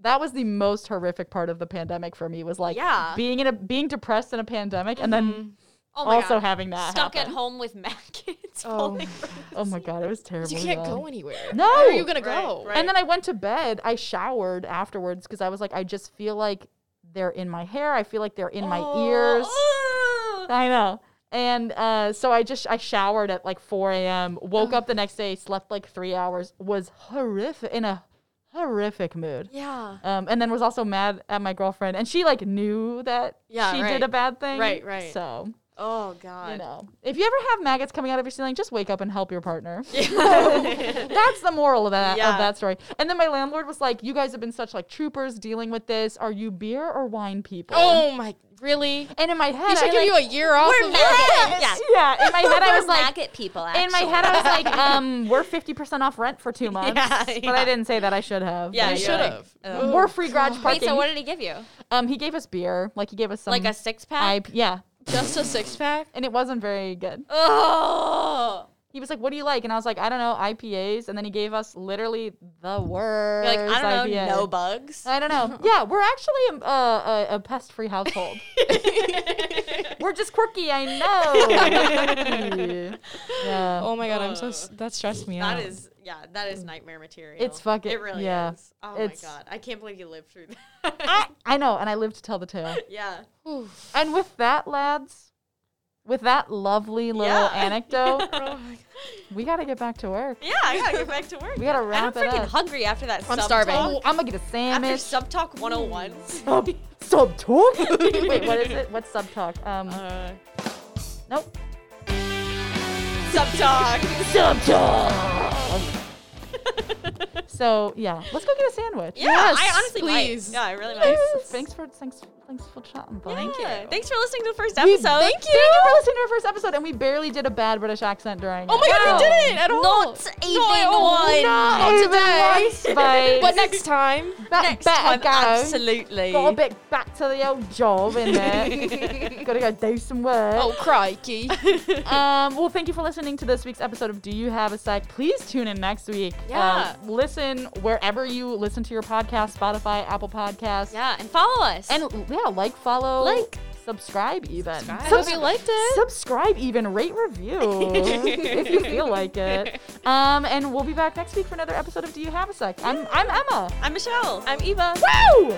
B: That was the most horrific part of the pandemic for me was like
A: Yeah.
B: being in a being depressed in a pandemic and then
A: oh my
B: also
A: god.
B: having that
A: Stuck
B: happen.
A: at home with maggots.
E: Oh.
A: falling from the
B: Oh my god, it was terrible.
E: You can't
B: yeah.
E: go anywhere.
B: No.
E: Where are you gonna
A: Right,
E: go?
D: right.
B: And then I went to bed. I showered afterwards because I was like, I just feel like they're in my hair. I feel like they're in my
A: Oh.
B: ears. I know. And uh, so I just I showered at like 4 a.m. Woke up the next day, slept like three hours. Was horrific in a horrific mood.
A: Yeah.
B: Um, and then was also mad at my girlfriend, and she like knew that
A: Yeah,
B: she did
A: right.
B: a bad thing.
A: Right, right.
B: So
A: Oh god.
B: you know, if you ever have maggots coming out of your ceiling, just wake up and help your partner. That's the moral of that of
A: Yeah.
B: that story. And then my landlord was like, "You guys have been such like troopers dealing with this. Are you beer or wine people?"
E: Oh my, really?
B: And in my head,
E: He
B: I,
E: should give
B: like-
E: you a year off. of
A: Yeah.
B: yeah. In my head, I was
A: We're
B: like,
A: maggot people.
B: in my head, I was like, um, we're fifty percent off rent for two months.
A: Yeah,
B: But I
A: yeah.
B: didn't say that. I should have.
A: Yeah,
B: But-
E: You
A: you're
E: should have.
A: Oh.
B: We're free garage
A: Wait,
B: parking.
A: so what did he give you?
B: um, he gave us beer. Like he gave us some
A: Like a six pack?
B: IP yeah,
E: Just a six pack.
B: and it wasn't very good.
A: Oh.
B: he was like, "What do you like?" And I was like, "I don't know, IPAs." And then he gave us literally the worst.
A: You're like, I don't know,
B: IPA.
A: no bugs.
B: I don't know. Yeah, we're actually a, a, a, a pest-free household. we're just quirky, I know. yeah.
E: Oh my god, I'm so s- that stressed me out.
A: That is, yeah, that is nightmare material.
B: Um, It's fucking-
A: It really
B: yeah.
A: is. Oh
B: It's-
A: my god, I can't believe you lived through that.
B: I, I know, and I live to tell the tale.
A: yeah.
B: And with that, lads, with that lovely little
A: Yeah. Oh
B: anecdote, we got to get back to work.
A: Yeah, I gotta get back to work.
B: We got to
A: I'm
B: wrap it
A: freaking
B: up.
A: hungry after that.
E: I'm
A: sub
E: starving.
A: talk.
B: Oh, I'm gonna get a
A: After
B: sandwich.
A: sub talk 101.
B: Sub, sub talk. Wait, what is it? What's sub talk? Um,
E: Uh,
B: nope.
A: sub talk.
B: So yeah, let's go get a sandwich.
A: Yeah, I honestly
E: please.
A: might. Yeah, I really might.
B: Thanks, thanks for thanks thanks for chatting, buddy.
A: Thank you. Thanks for listening to the first
B: We-
A: episode.
B: Thank you. Thank you for listening to our first episode, and we barely did a bad British accent during.
E: oh my god, we didn't at all.
A: Not even one.
B: Not even once, mate.
E: But next time,
B: Ba-
A: Next
B: better
A: time,
B: go.
A: absolutely.
B: Got a bit back to the old job in there. Got to go do some work.
E: oh crikey.
B: Um, well, thank you for listening to this week's episode of Do You Have a Sec? Please tune in next week.
A: Yeah.
B: Um, listen wherever you listen to your podcast Spotify, Apple Podcasts.
A: Yeah, and follow us.
B: And yeah, like, follow,
A: Like.
B: subscribe, even.
A: Subscribe.
E: I
B: Subs-
E: hope you liked it.
B: subscribe, even rate, review if you feel like it. Um, and we'll be back next week for another episode of Do You Have a Sec? I'm, I'm Emma.
A: I'm Michelle. I'm Eva.
B: Woo!